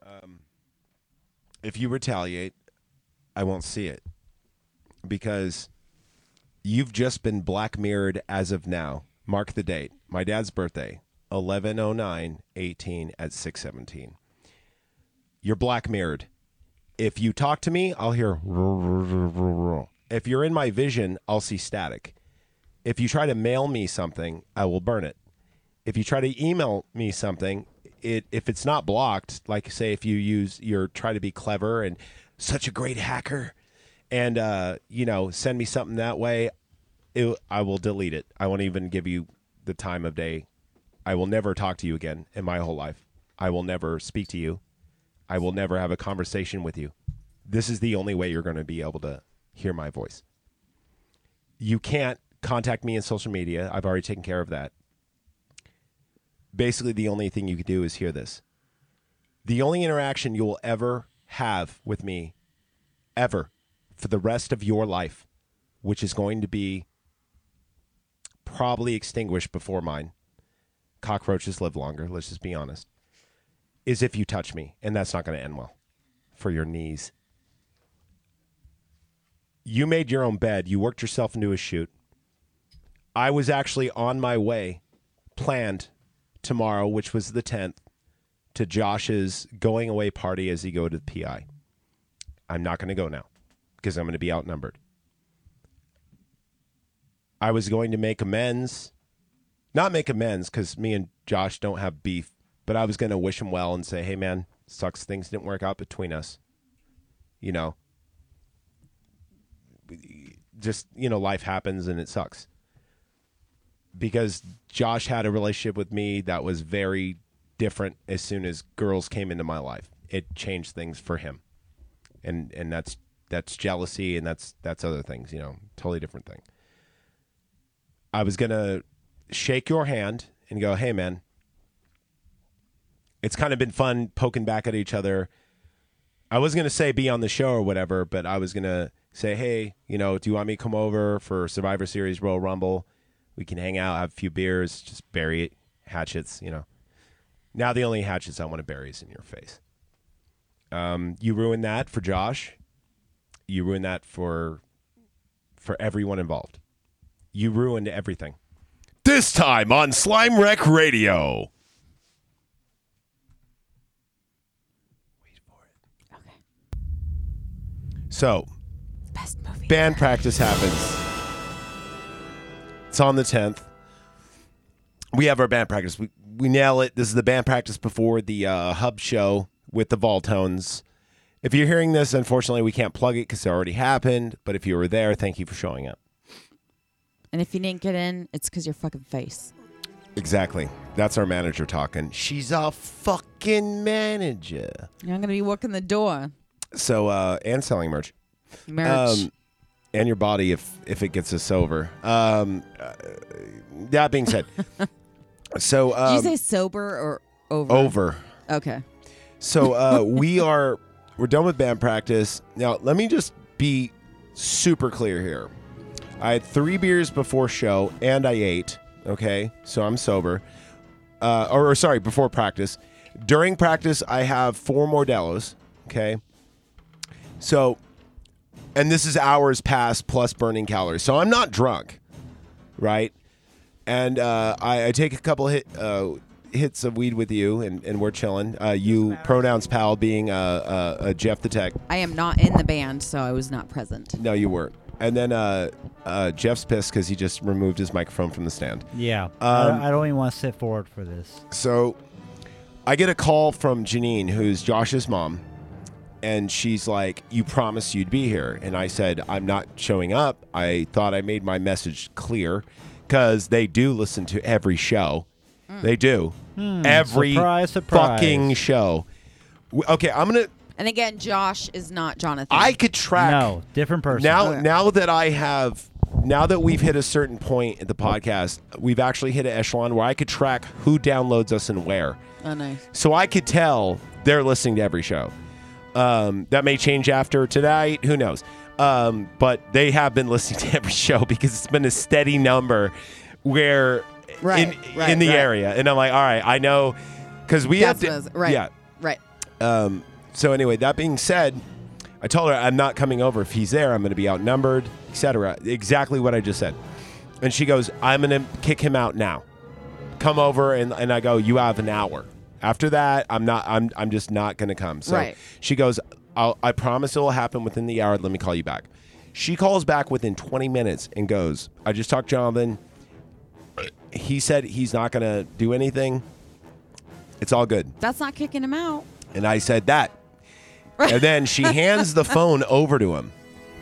Um, if you retaliate, I won't see it because you've just been black mirrored as of now. Mark the date. My dad's birthday, 110918 at 617. You're black mirrored. If you talk to me, I'll hear. If you're in my vision, I'll see static. If you try to mail me something, I will burn it if you try to email me something, it if it's not blocked, like say if you use you're try to be clever and such a great hacker, and uh, you know send me something that way, it, I will delete it. I won't even give you the time of day. I will never talk to you again in my whole life. I will never speak to you. I will never have a conversation with you. This is the only way you're going to be able to hear my voice. You can't contact me in social media. I've already taken care of that basically the only thing you could do is hear this. The only interaction you will ever have with me, ever, for the rest of your life, which is going to be probably extinguished before mine. Cockroaches live longer, let's just be honest, is if you touch me. And that's not going to end well for your knees. You made your own bed, you worked yourself into a chute. I was actually on my way planned tomorrow, which was the 10th, to Josh's going away party as he go to the PI. I'm not going to go now because I'm going to be outnumbered. I was going to make amends, not make amends because me and Josh don't have beef, but I was going to wish him well and say, hey, man, sucks things didn't work out between us. You know, just, you know, life happens and it sucks because Josh had a relationship with me that was very different as soon as girls came into my life. It changed things for him, and and that's that's jealousy and that's that's other things. You know, totally different thing. I was gonna shake your hand and go, "Hey, man." It's kind of been fun poking back at each other. I was gonna say be on the show or whatever, but I was gonna say, hey, you know, do you want me to come over for Survivor Series Royal Rumble? We can hang out, have a few beers, just bury it, hatchets, you know. Now the only hatchets I want to bury is in your face. Um, you ruined that for Josh. You ruined that for for everyone involved. You ruined everything. This time on Slime Wreck Radio. So, band practice happens. It's on the 10th. We have our band practice. We, we nail it. This is the band practice before the uh, hub show with the Voltones. If you're hearing this, unfortunately, we can't plug it because it already happened. But if you were there, thank you for showing up. And if you didn't get in, it's because your fucking face. Exactly. That's our manager talking. She's a fucking manager. You're not gonna be walking the door. So, uh, and selling merch. Merch. Um, and your body if if it gets us over. Um, uh, that being said, (laughs) so um, oh. Did you say sober or over? over. Okay. So uh, we are we're done with band practice. Now let me just be super clear here. I had three beers before show and I ate. Okay, so I'm sober. Uh, or, or sorry, before practice. During practice, I have four Mordellos. Okay, so and this is hours past plus burning calories. So I'm not drunk, right? And uh, I, I take a couple hit uh, hits of weed with you, and, and we're chilling. Uh, you pronouns pal being uh, uh, uh, Jeff the Tech. I am not in the band, so I was not present. No, you weren't. And then uh, uh, Jeff's pissed because he just removed his microphone from the stand. Yeah. Um, I, I don't even want to sit forward for this. So I get a call from Janine, who's Josh's mom, and she's like, You promised you'd be here. And I said, I'm not showing up. I thought I made my message clear because they do listen to every show. They do. Hmm, every surprise, surprise. fucking show. W- Okay, I'm going to. And again, Josh is not Jonathan. I could track. No, different person. Now, Okay. now that I have, now that we've hit a certain point at the podcast, we've actually hit an echelon where I could track who downloads us and where. Oh, nice. So I could tell they're listening to every show. Um, that may change after tonight. Who knows? Um, but they have been listening to every show because it's been a steady number where Right, in, right, in the right. area. And I'm like, all right, I know. Because we That's what I have was- to. right. Yeah. Right. Um, so anyway, that being said, I told her I'm not coming over. If he's there, I'm going to be outnumbered, etc. Exactly what I just said. And she goes, "I'm going to kick him out now. Come over." And, and I go, "You have an hour. After that, I'm not. I'm I'm just not going to come." So Right. she goes, I'll, "I promise it will happen within the hour. Let me call you back." She calls back within 20 minutes and goes, "I just talked to Jonathan. He said he's not going to do anything. It's all good." That's not kicking him out. And I said that. And then she hands the phone over to him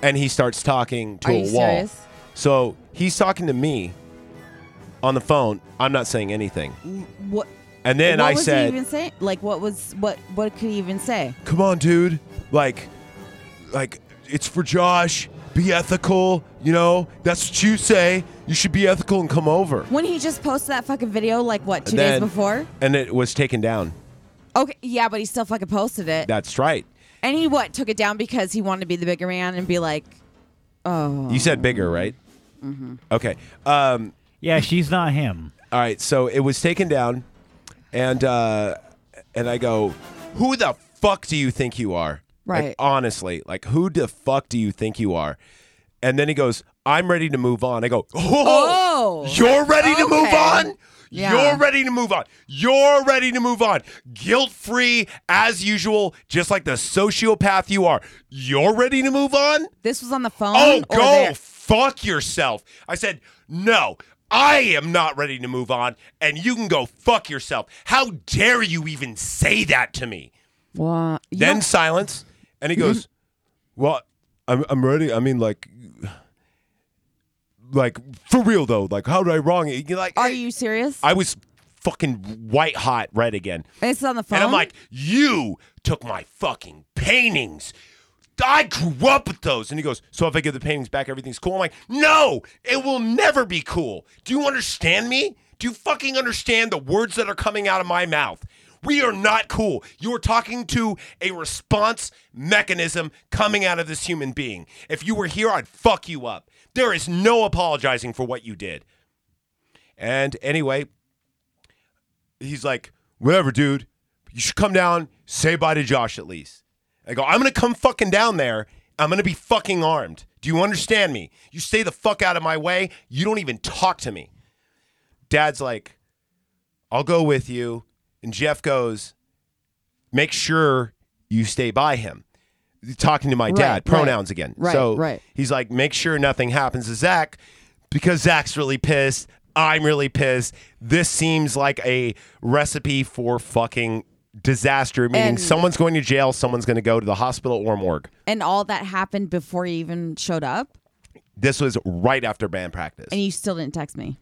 and he starts talking to Are a you wall. serious? So he's talking to me on the phone. I'm not saying anything. What? And then what I was said, he even saying? Like, what was what? What could he even say? "Come on, dude. Like like it's for Josh. Be ethical, you know? That's what you say. You should be ethical and come over." When he just posted that fucking video, like what, two Then- days before? And it was taken down. Okay, yeah, but he still fucking posted it. That's right. and he what took it down because he wanted to be the bigger man and be like, oh, You said bigger, right? Mm-hmm. Okay. Um Yeah, she's not him. All right, so it was taken down, and uh, and I go, who the fuck do you think you are? Like, Right. honestly, like who the fuck do you think you are? And then he goes, I'm ready to move on. I go, oh, Oh. you're ready to move Okay. on. Yeah. You're ready to move on. You're ready to move on. Guilt free as usual, just like the sociopath you are. You're ready to move on. this was on the phone. Oh, or go there? fuck yourself. I said, no, I am not ready to move on, and you can go fuck yourself. How dare you even say that to me? Wha- you Mm-hmm. Then don't- silence, and he goes, well, I'm, I'm ready. I mean, like, like for real though. Like, how did I wrong? you You're like, are you serious? I was fucking white hot red again. It's on the phone. And I'm like, you took my fucking paintings. I grew up with those. And he goes, So if I give the paintings back, everything's cool? I'm like, No, it will never be cool. Do you understand me? Do you fucking understand the words that are coming out of my mouth? We are not cool. You are talking to a response mechanism coming out of this human being. If you were here, I'd fuck you up. There is no apologizing for what you did. And anyway, he's like, whatever, dude. You should come down, say bye to Josh at least. I go, I'm gonna come fucking down there. I'm gonna be fucking armed. Do you understand me? You stay the fuck out of my way. You don't even talk to me. Dad's like, I'll go with you. And Jeff goes, make sure you stay by him. Talking to my Right, dad, right. pronouns again. Right, so right. he's like, make sure nothing happens to Zach because Zach's really pissed. I'm really pissed. This seems like a recipe for fucking disaster, meaning And- someone's going to jail, someone's going to go to the hospital or morgue. and all that happened before you even showed up, This was right after band practice. and you still didn't text me.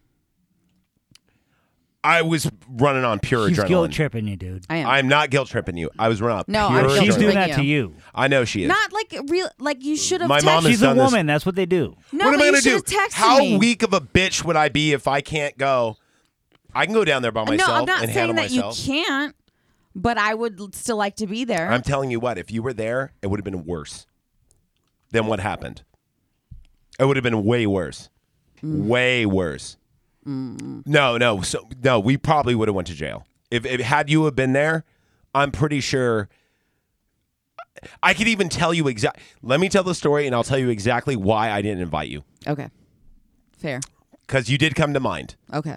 I was running on pure She's adrenaline. guilt tripping you, dude. I am. I'm not guilt tripping you. I was running on No, I'm pure guilt She's doing adrenaline. that to you. I know she is. Not like real, like you should have. My texted mom has She's a done this- woman. That's what they do. No, what am but I you going to do? should've texted How me. weak of a bitch would I be if I can't go? I can go down there by myself no, I'm not and saying handle that myself. you can't, but I would l- still like to be there. I'm telling you what, if you were there, it would have been worse than what happened. It would have been way worse. Way worse. No, no. So no, we probably would have went to jail. If, if had you have been there, I'm pretty sure I could even tell you exact let me tell the story and I'll tell you exactly why I didn't invite you. okay, fair. Because you did come to mind. Okay,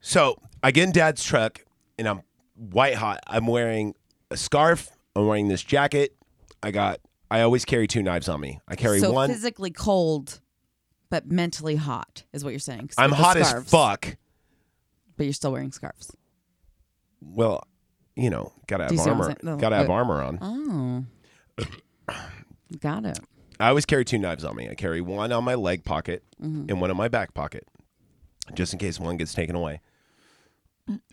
So I get in dad's truck and I'm white hot. I'm wearing a scarf. I'm wearing this jacket. I got, I always carry two knives on me. I carry so one. physically cold, but mentally hot is what you're saying. 'cause I'm with the hot scarves. as fuck. but you're still wearing scarves. Well, you know, gotta Do have you see what I'm armor. saying? No, gotta have but- armor on. Oh, got it. I always carry two knives on me. I carry one on my leg pocket Mhm. and one on my back pocket, just in case one gets taken away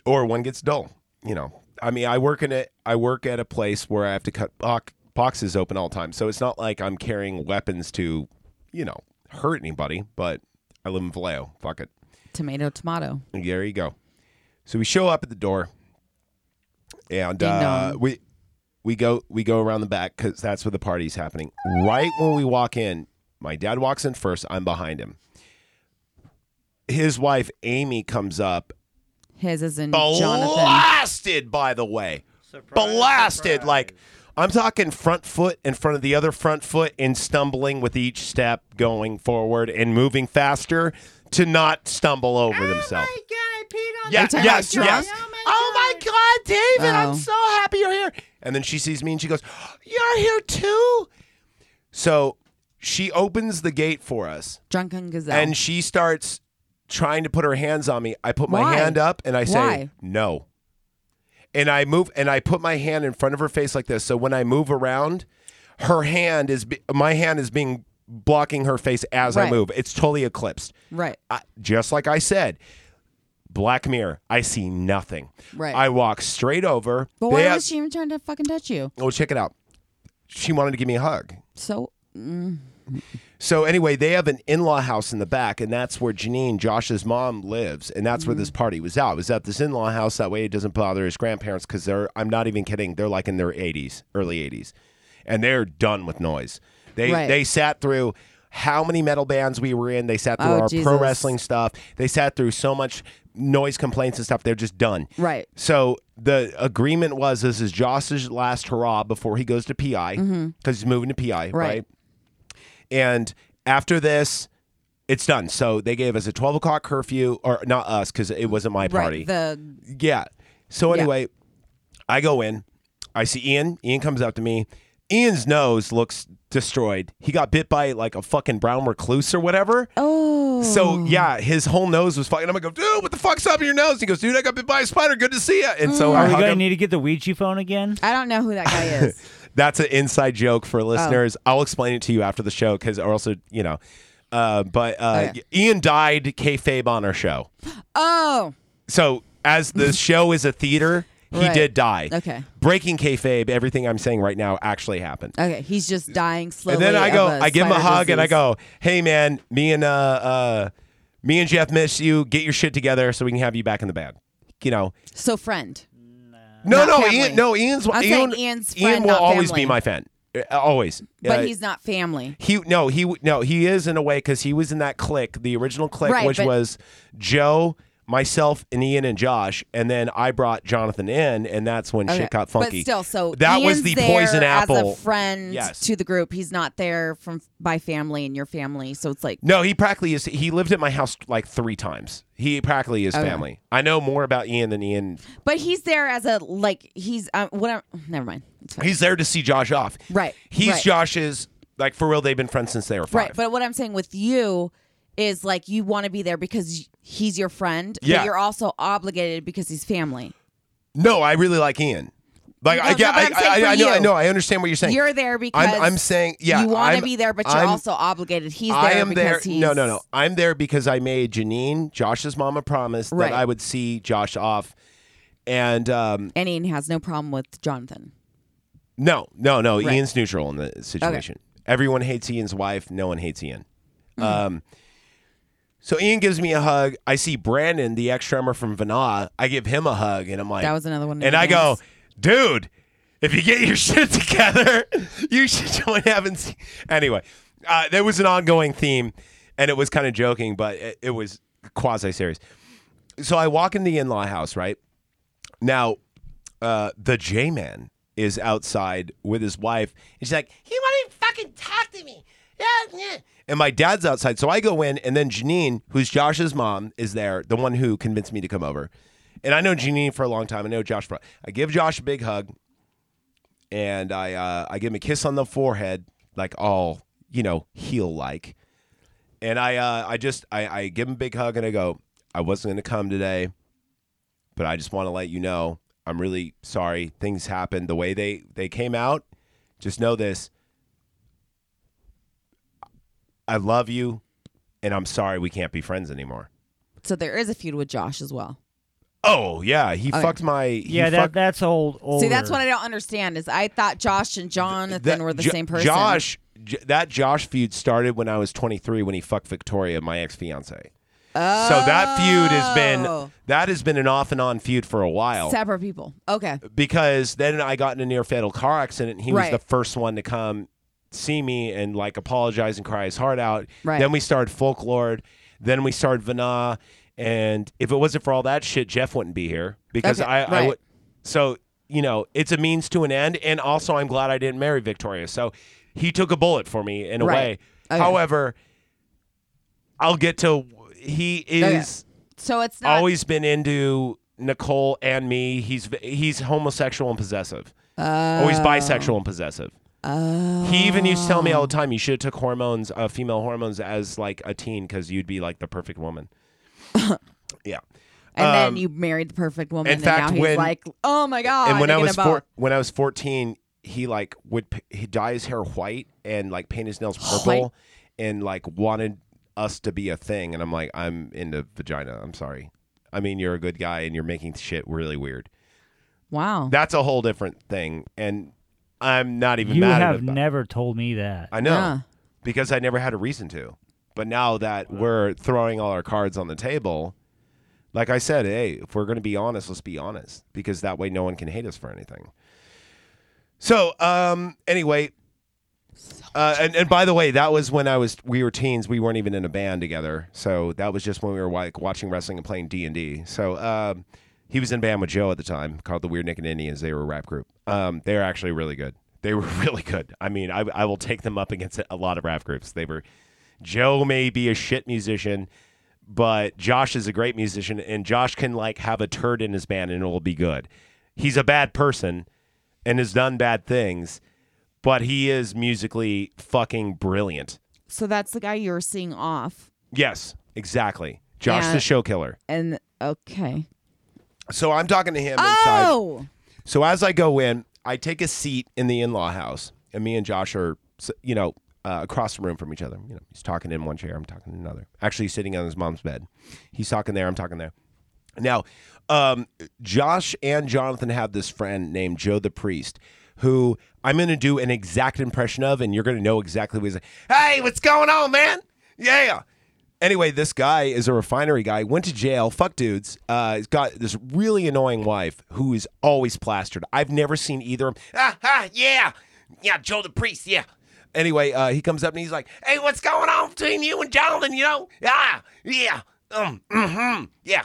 or one gets dull. You know, I mean, I work in it. I work at a place where I have to cut box, boxes open all the time, so it's not like I'm carrying weapons to, you know, hurt anybody. But I live in Vallejo. Fuck it. Tomato, tomato. There you go. So we show up at the door, and Ding uh, dong. we we go we go around the back because that's where the party's happening. Right when we walk in, my dad walks in first. I'm behind him. His wife Amy comes up, His is in Oh. Jonathan. blasted. By the way, blasted. Like I'm talking front foot in front of the other front foot, and stumbling with each step going forward and moving faster to not stumble over themselves. Yeah, Are you talking yes, about yes. Josh? Oh my God, David, Oh. I'm so happy you're here. And then she sees me and she goes, You're here too? So she opens the gate for us Drunken gazelle. and she starts trying to put her hands on me. I put my Why? hand up and I say, Why? No. And I move and I put my hand in front of her face like this. So when I move around, her hand is, be- my hand is being blocking her face as I Right. move. It's totally eclipsed right. I, just like I said, Black Mirror, I see nothing. Right. I walk straight over. But why They was a- she even trying to fucking touch you? Oh, check it out. She wanted to give me a hug. So, mm, So anyway, they have an in-law house in the back, and that's where Janine, Josh's mom, lives, and that's where Mm-hmm. this party was out. It was at this in-law house. That way, it doesn't bother his grandparents because they're—I'm not even kidding—they're like in their 80s, early 80s, and they're done with noise. They Right. they sat through how many metal bands we were in. They sat through Oh, our pro Jesus. wrestling stuff. They sat through so much noise complaints and stuff. They're just done. right. So the agreement was this is Josh's last hurrah before he goes to PI because Mhm. he's moving to PI, right. Right. And after this, it's done. So they gave us a twelve o'clock curfew, or not us because it wasn't my party. Right. The Yeah. So Yeah. anyway, I go in. I see Ian. Ian comes up to me. Ian's nose looks destroyed. He got bit by like a fucking brown recluse or whatever. Oh. So yeah, his whole nose was fucking. I'm gonna go, dude. What the fuck's up in your nose? He goes, dude. I got bit by a spider. Good to see you. And so I Mm. are we hug Oh, gonna him. need to get the Ouija phone again? I don't know who that guy is. (laughs) That's an inside joke for listeners. I'll explain it to you after the show because, or also, you know. Uh, but uh, Okay. Ian died kayfabe on our show. Oh. So as the show is a theater, he Right. did die. Okay. Oh, Breaking kayfabe, everything I'm saying right now actually happened. Okay, he's just dying slowly. and then I go, of I give him a spider hug, and I disease. go, "Hey, man, me and uh, uh, me and Jeff miss you. Get your shit together so we can have you back in the band." You know, So friend. no, Not no, family. Ian, no, Ian's I'm Ian, saying Ian's Ian friend, will not always family. be my fan, Uh, always. But Uh, he's not family. He no he w- no he is in a way because he was in that clique, the original clique, Right, which but- was Joe, myself, and Ian and Josh, and then I brought Jonathan in, and that's when Okay. shit got funky. But still, so that was Ian's the there poison apple. as a friend Yes. to the group. He's not there from by family and your family, so it's like No, he practically is. He lived at my house like three times. He practically is Okay. family. I know more about Ian than Ian. But he's there as a like he's um, whatever. Never mind. It's fine. He's there to see Josh off. Right, He's right. Josh's like for real. They've been friends since they were five. right. But what I'm saying with you is like you want to be there because he's your friend, Yeah. but you're also obligated because he's family. No, I really like Ian. Like No, I no, get, but I'm saying I, for I, I know, I you. know, I understand what you're saying. You're there because I'm, I'm saying, yeah, you want I'm- to be there, but you're I'm- also obligated. He's there I am there. because he's No, no, no. I'm there because I made Janine, Josh's mama, promise Right. that I would see Josh off, and um, And Ian has no problem with Jonathan. No, no, no. Right. Ian's neutral in the situation. Everyone hates Ian's wife. No one hates Ian. Mm-hmm. Um, so Ian gives me a hug. I see Brandon, the ex drummer from Vanah. I give him a hug, and I'm like, That was another one of And the I go, bands. dude, if you get your (laughs) shit together, you should join Evans. Anyway, uh, there was an ongoing theme, and it was kind of joking, but it, it was quasi serious. So I walk in the in law house, right? Now, uh, the J Man is outside with his wife. And she's like, he won't even fucking talk to me. Yeah, yeah. And my dad's outside. So I go in, and then Janine, who's Josh's mom, is there, the one who convinced me to come over. And I know Janine for a long time. I know Josh for I give Josh a big hug, and I uh, I give him a kiss on the forehead, like all, you know, heel like. And I uh, I just I, I give him a big hug and I go, I wasn't gonna come today but I just want to let you know I'm really sorry things happened the way they they came out. Just know this. I love you and I'm sorry we can't be friends anymore. So there is a feud with Josh as well. Oh, yeah, he Okay. fucked my he Yeah, that, fucked- that's old. See, that's what I don't understand is I thought Josh and Jonathan that- were the Jo- same person. Josh J- that Josh feud started when I was 23 when he fucked Victoria, my ex-fiance. Oh. So that feud has been that has been an off and on feud for a while. separate people. Okay. Uh, because then I got in a near fatal car accident. And he Right. was the first one to come see me and like apologize and cry his heart out. Right. Then we started Folklore. Then we started Vanah. And if it wasn't for all that shit, Jeff wouldn't be here because Okay, I, I right. would. So you know, it's a means to an end. And also, I'm glad I didn't marry Victoria. So he took a bullet for me in a Right. way. Okay. However, I'll get to. He Okay. is So it's not always been into Nicole and me. He's he's homosexual and possessive. Oh, he's bisexual and possessive. He even used to tell me all Oh. the time, "You should have took hormones, uh, female hormones, as like a teen, because you'd be like the perfect (laughs) woman." yeah. And Um, then you married the perfect woman. in and fact, now he's when- like, oh my god. and when I thinking was about, four, when I was fourteen, he like would p- he dye his hair white and like paint his nails purple, (gasps) White. and like wanted us to be a thing. And I'm like, I'm into vagina. I'm sorry. I mean, you're a good guy, and you're making shit really weird. wow, That's a whole different thing, and I'm not even You mad at have it. never told me that. I know Yeah. because I never had a reason to. But now that we're throwing all our cards on the table, like I said, hey, if we're going to be honest, let's be honest because that way no one can hate us for anything. So, um, anyway, uh, and and by the way, that was when I was we were teens. We weren't even in a band together, so that was just when we were like watching wrestling and playing D and D. So um, he was in a band with Joe at the time, called the Weird Nick and Indians. They were a rap group. Um, they were actually really good. They were (laughs) really good. I mean, I I will take them up against a lot of rap groups. They were. Joe may be a shit musician, but Josh is a great musician, and Josh can like have a turd in his band and it will be good. He's a bad person and has done bad things, but he is musically fucking brilliant. so that's the guy you were seeing off, Yes, exactly. Josh Yeah. the show killer. and okay. So I'm talking to him inside. Oh, So as I go in, I take a seat in the in-law house, and me and Josh are, s- you know, uh, across the room from each other. You know, he's talking in one chair, I'm talking in another. Actually, he's sitting on his mom's bed. He's talking there, I'm talking there. Now, um, Josh and Jonathan have this friend named Joe the Priest, who I'm going to do an exact impression of, and you're going to know exactly what he's like. Hey, what's going on, man? Yeah. Anyway, this guy is a refinery guy. Went to jail. Fuck dudes. Uh, he's got this really annoying wife who is always plastered. I've never seen either of 'em. Ah, ah, yeah, yeah, Joe the priest, yeah. Anyway, uh, he comes up and he's like, "Hey, what's going on between you and Jonathan? You know? Ah, yeah, um, mm-hmm, yeah."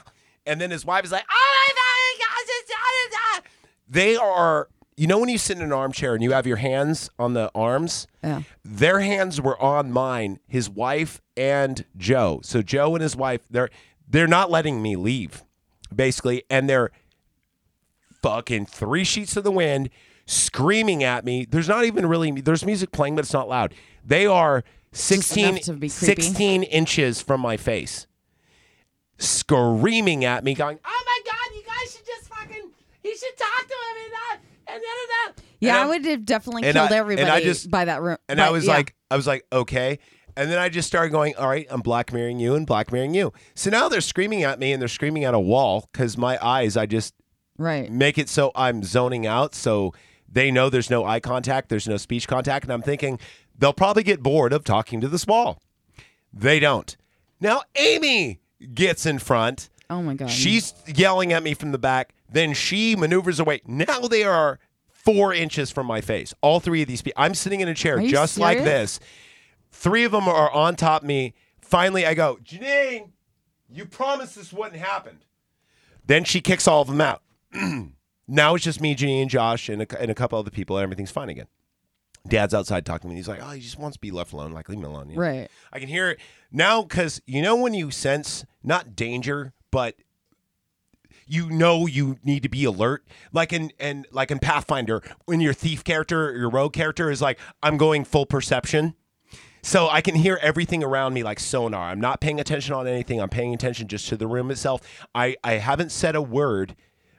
And then his wife is like, "Oh my God, it's just- ah, ah, ah." They are. You know when you sit in an armchair and you have your hands on the arms? Yeah. Their hands were on mine, his wife and Joe. So Joe and his wife, they're they're not letting me leave, basically, and they're fucking three sheets to the wind, screaming at me. There's not even really there's music playing, but it's not loud. They are 16, enough to be creepy. 16 inches from my face, screaming at me, going, "Ah!" Oh my god, you guys should just fucking. You should talk to him and that. And then that. Yeah, I I'm- would have definitely and killed I- and I everybody just- by that room. and I was like, I was like, okay. And then I just started going, all right, I'm black mirroring you and black mirroring you. So now they're screaming at me and they're screaming at a wall because my eyes, I just right. make it so I'm zoning out. So they know there's no eye contact, there's no speech contact. And I'm thinking they'll probably get bored of talking to this wall. They don't. Now Amy gets in front. Oh my god. She's yelling at me from the back. Then she maneuvers away. Now they are four inches from my face. All three of these people. I'm sitting in a chair Are you just like serious? this. Three of them are on top of me. Finally, I go, Janine, you promised this wouldn't happen. Then she kicks all of them out. (clears throat) now it's just me, Janine, and Josh, and a, and a couple other people, and everything's fine again. Dad's outside talking to me. He's like, oh, he just wants to be left alone. Like, leave me alone. you know? Right. I can hear it now because you know when you sense not danger, but you know you need to be alert. Like in and like in Pathfinder, when your thief character or your rogue character is like, I'm going full perception. So I can hear everything around me like sonar. I'm not paying attention on anything. I'm paying attention just to the room itself. I, I haven't said a word,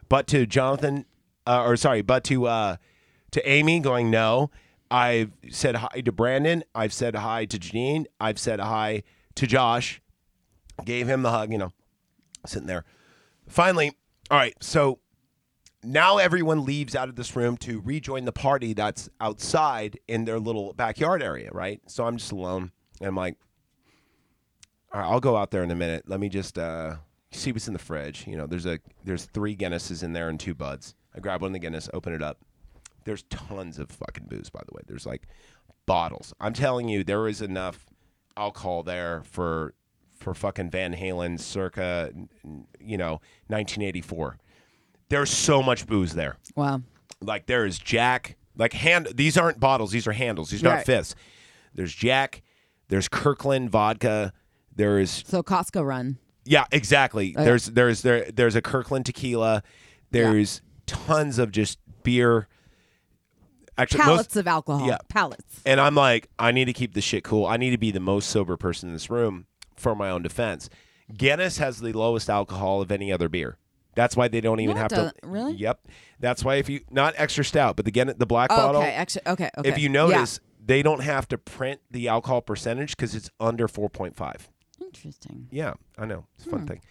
but to Jonathan, uh, or sorry, but to uh, to Amy going no. I've said hi to Brandon. I've said hi to Janine. I've said hi to Josh. Gave him the hug. You know, sitting there. Finally, all right. So now everyone leaves out of this room to rejoin the party that's outside in their little backyard area, right? So I'm just alone. And I'm like, all right, I'll go out there in a minute. Let me just uh, see what's in the fridge. You know, there's a there's three Guinnesses in there and two buds. I grab one of the Guinness, open it up. There's tons of fucking booze, by the way. There's like bottles. I'm telling you, there is enough alcohol there for for fucking Van Halen circa you know 1984. There's so much booze there. wow. Like there is Jack. Like hand. These aren't bottles. These are handles. These are Right. not fifths. There's Jack. There's Kirkland vodka. There is So Costco run. yeah, exactly. There's there's there there's a Kirkland tequila. There's tons of just beer. Actually, Pallets most, of alcohol. yeah. Pallets. and I'm like, I need to keep this shit cool. I need to be the most sober person in this room for my own defense. Guinness has the lowest alcohol of any other beer. That's why they don't even No, it have to. doesn't. Really? Yep. That's why if you not extra stout, but the Guinness, the black bottle. okay. Actually, okay. Okay. If you notice, they don't have to print the alcohol percentage because it's under four point five. Yeah. Interesting. Yeah, I know. It's Hmm. a fun thing.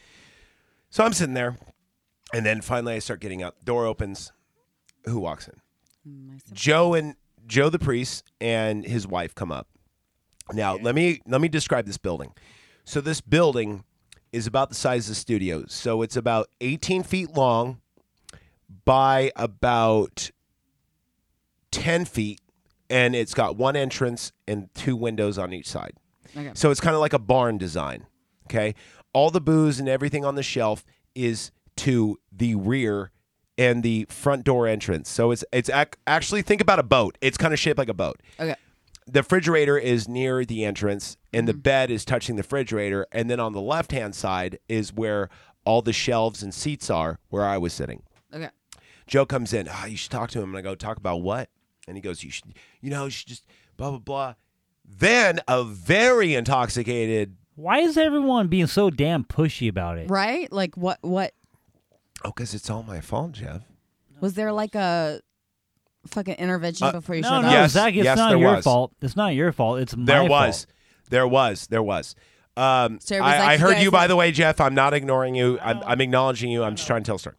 So I'm sitting there, and then finally I start getting up. Door opens. Who walks in? Joe and Joe the priest and his wife come up. Now let me let me describe this building. So this building is about the size of the studio. So it's about 18 feet long by about 10 feet, and it's got one entrance and two windows on each side. Okay. So it's kind of like a barn design. Okay. All the booze and everything on the shelf is to the rear and the front door entrance. So it's it's ac- actually think about a boat. It's kind of shaped like a boat. Okay. The refrigerator is near the entrance and the bed is touching the refrigerator and then on the left-hand side is where all the shelves and seats are where I was sitting. Okay. Joe comes in. Ah, you should talk to him. And I go, talk about what? And he goes, you should, you know, you should just blah blah blah. Then a very intoxicated. Why is everyone being so damn pushy about it? Right? Like what? What Oh, because it's all my fault, Jeff. was there like a fucking intervention before you No, showed no, up? Uh, Yes, Zach, it's yes, not there your was. fault. It's not your fault. It's my There fault. was, there was, there was. Um, I, So everybody's like, I you heard guys Oh. you, by have- the way, Jeff. I'm not ignoring you. I'm, I'm acknowledging you. I'm just trying to tell a story.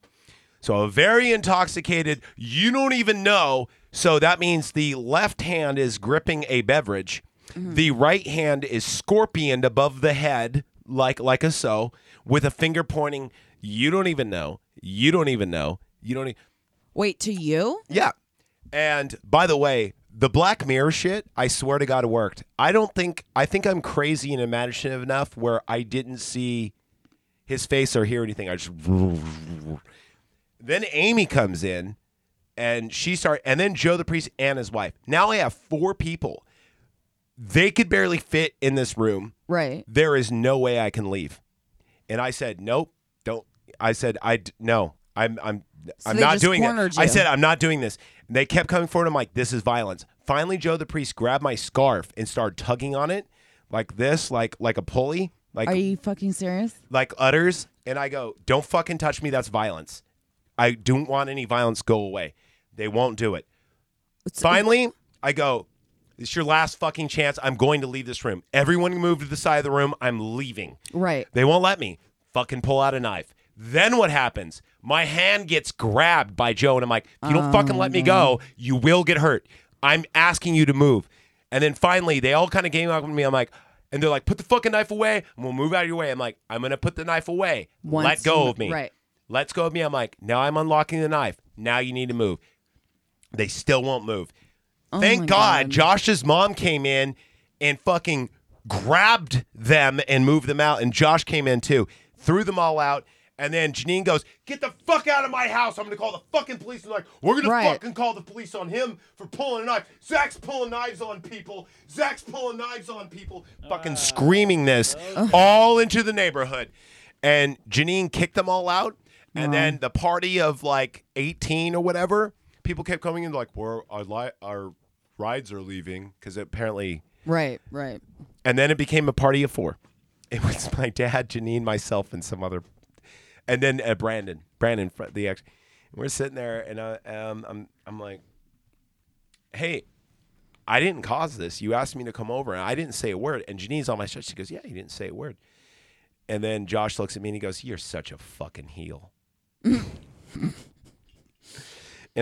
So, a very intoxicated, you don't even know. So, that means the left hand is gripping a beverage, Mm-hmm. the right hand is scorpioned above the head, like, like a so, with a finger pointing. You don't even know. You don't even know. You don't e-" even. Wait, to you? Yeah. And by the way, the Black Mirror shit, I swear to God, it worked. I don't think, I think I'm crazy and imaginative enough where I didn't see his face or hear anything. I just. Then Amy comes in and she start, and then Joe the priest and his wife. Now I have four people. They could barely fit in this room. Right. There is no way I can leave. And I said, nope, don't. I said, I, d- no, I'm, I'm, So I'm they not just doing cornered it. I you. said, I'm not doing this. And they kept coming forward. I'm like, this is violence. Finally, Joe the priest grabbed my scarf and started tugging on it like this, like, like a pulley, like, Are you fucking serious? like utters. And I go, don't fucking touch me. That's violence. I don't want any violence. Go away. They won't do it. Finally, I go, it's your last fucking chance. I'm going to leave this room. Everyone move to the side of the room. I'm leaving. Right. They won't let me. Fucking pull out a knife. Then what happens? My hand gets grabbed by Joe, and I'm like, if you don't fucking let me Oh, go, you will get hurt. I'm asking you to move. And then finally, they all kind of came up with me. I'm like, and they're like, put the fucking knife away, and we'll move out of your way. I'm like, I'm gonna put the knife away. Once let go you- of me. right. Let's go of me. I'm like, now I'm unlocking the knife. Now you need to move. They still won't move. Oh my Thank God, God. Josh's mom came in and fucking grabbed them and moved them out. And Josh came in too, threw them all out. And then Janine goes, Get the fuck out of my house. I'm going to call the fucking police. And like, We're going Right. to fucking call the police on him for pulling a knife. Zach's pulling knives on people. Zach's pulling knives on people. fucking screaming this all into the neighborhood. And Janine kicked them all out. And then the party of like 18 or whatever, people kept coming in like, "We're our, li- our rides are leaving because apparently. Right, right. And then it became a party of four. It was (laughs) my dad, Janine, myself, and some other, and then uh, Brandon, Brandon, fr- the ex. We're sitting there, and I, um, I'm, I'm like, hey, I didn't cause this. You asked me to come over, and I didn't say a word. And Janine's on my shoulder. She goes, yeah, you didn't say a word. And then Josh looks at me and he goes, "You're such a fucking heel." (laughs) and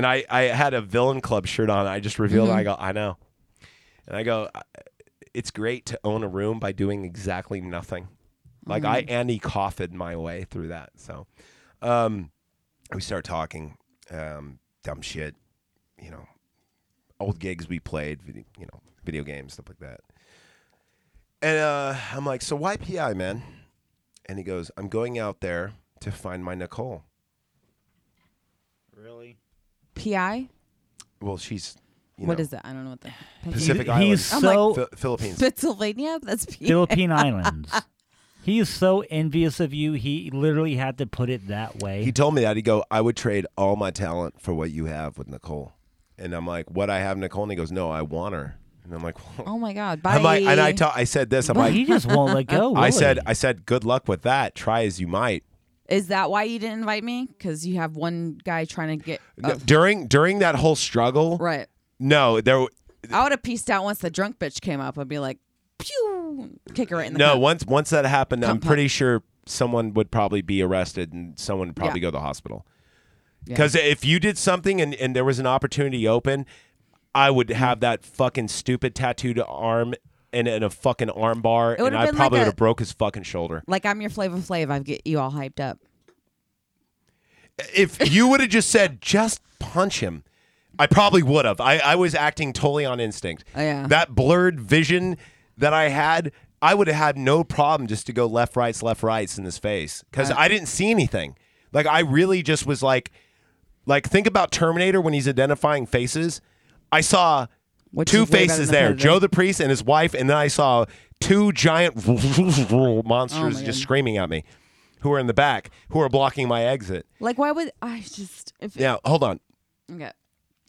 I, I had a villain club shirt on. I just revealed. it. I go, I know. And I go, "I- it's great to own a room by doing exactly nothing. Like I Mm-hmm. Andy coffined my way through that. So, um, we start talking, um, dumb shit, you know, old gigs we played, vid- you know, video games, stuff like that. And uh, I'm like, so why PI, man? And he goes, I'm going out there to find my Nicole. Really? PI? Well, she's, you What know, is oh, that? I don't (laughs) know what that. Pacific He- Island. he's I'm so (laughs) Phi- Philippines. Pennsylvania? That's PI. Philippine Islands. (laughs) He is so envious of you. He literally had to put it that way. He told me that. He'd go, I would trade all my talent for what you have with Nicole. And I'm like, what I have, Nicole? And he goes, no, I want her. And I'm like, well, Oh my God. Bye. I'm like and I, ta- I said this. I'm But he like, just won't let (laughs) go. I will said, he? I said, good luck with that. Try as you might. Is that why you didn't invite me? Because you have one guy trying to get. No, oh, during during that whole struggle, right. no, there I would have pieced out once the drunk bitch came up. I'd be like, pew, kick her right in the no cunt. once once that happened i'm Pump, pump. pretty sure someone would probably be arrested and someone would probably Yeah. go to the hospital Yeah. because if you did something and, and there was an opportunity open i would Mm-hmm. have that fucking stupid tattooed arm and, and a fucking arm bar would've and i been probably like would a- have broke his fucking shoulder Like I'm your Flavor Flav. I get you all hyped up. if you would have just said just punch him i probably would have I, I was acting totally on instinct Oh, yeah. that blurred vision that i had i would have had no problem just to go left rights left rights in his face because i didn't see anything like i really just was like like think about terminator when he's identifying faces i saw Which two is way better faces than there Predator. joe the priest and his wife and then i saw two giant (laughs) monsters Oh, God. just screaming at me who are in the back who are blocking my exit Like why would I just? If now hold on Okay.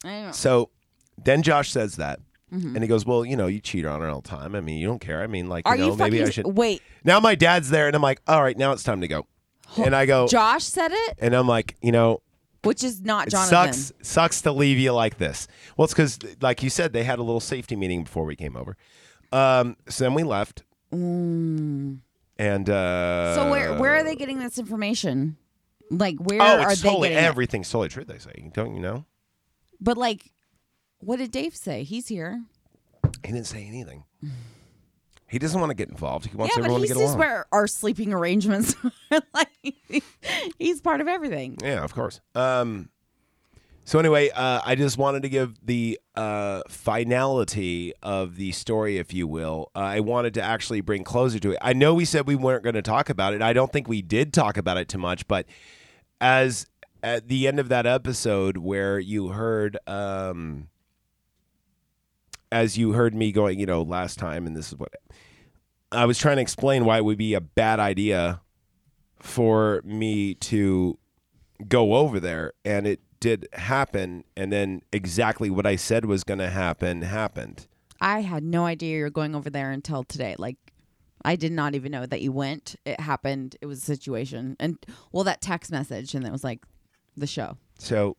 I don't know. so then Josh says that. And he goes, Well, you know, you cheat on her all the time. I mean, you don't care. I mean, like, you Mm-hmm. Are know, you maybe fucking? I should. Wait. Now my dad's there, and I'm like, All right, now it's time to (gasps) go. And I go, Josh said it, And I'm like, You know, which is not it Jonathan. sucks, sucks to leave you like this. Well, it's because, like you said, they had a little safety meeting before we came over. Um, so then we left. And uh, Mm. so where where are they getting this information? Like where oh, are it's they totally getting it? everything's totally true. They say, don't you know? But like, what did Dave say? He's here. He didn't say (sighs) anything. He doesn't want to get involved. He wants yeah, but everyone he to get sees along. where our sleeping arrangements. (laughs) are. like, he's part of everything. Yeah, of course. Um, so anyway, uh, I just wanted to give the uh, finality of the story, if you will. Uh, I wanted to actually bring closure to it. I know we said we weren't going to talk about it. I don't think we did talk about it too much, but as at the end of that episode where you heard. Um, as you heard me going, you know, last time, and this is what I was trying to explain why it would be a bad idea for me to go over there, and it did happen. And then exactly what I said was going to happen happened. I had no idea you were going over there until today. Like, I did not even know that you went. It happened. It was a situation, and well, that text message, and it was like the show. So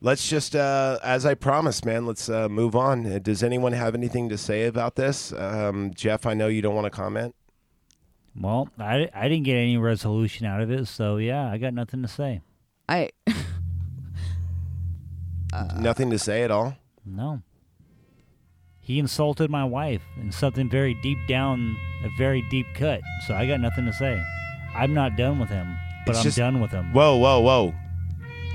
let's just, uh, as I promised, man, let's uh, move on. Uh, Does anyone have anything to say about this? Um, Jeff, I know you don't want to comment. Well, I, I didn't get any resolution out of it, so yeah, I got nothing to say. I Nothing to say at all. No. He insulted my wife in something very deep down, a very deep cut. So I got nothing to say. I'm not done with him, but It's I'm just- done with him. Whoa, whoa, whoa.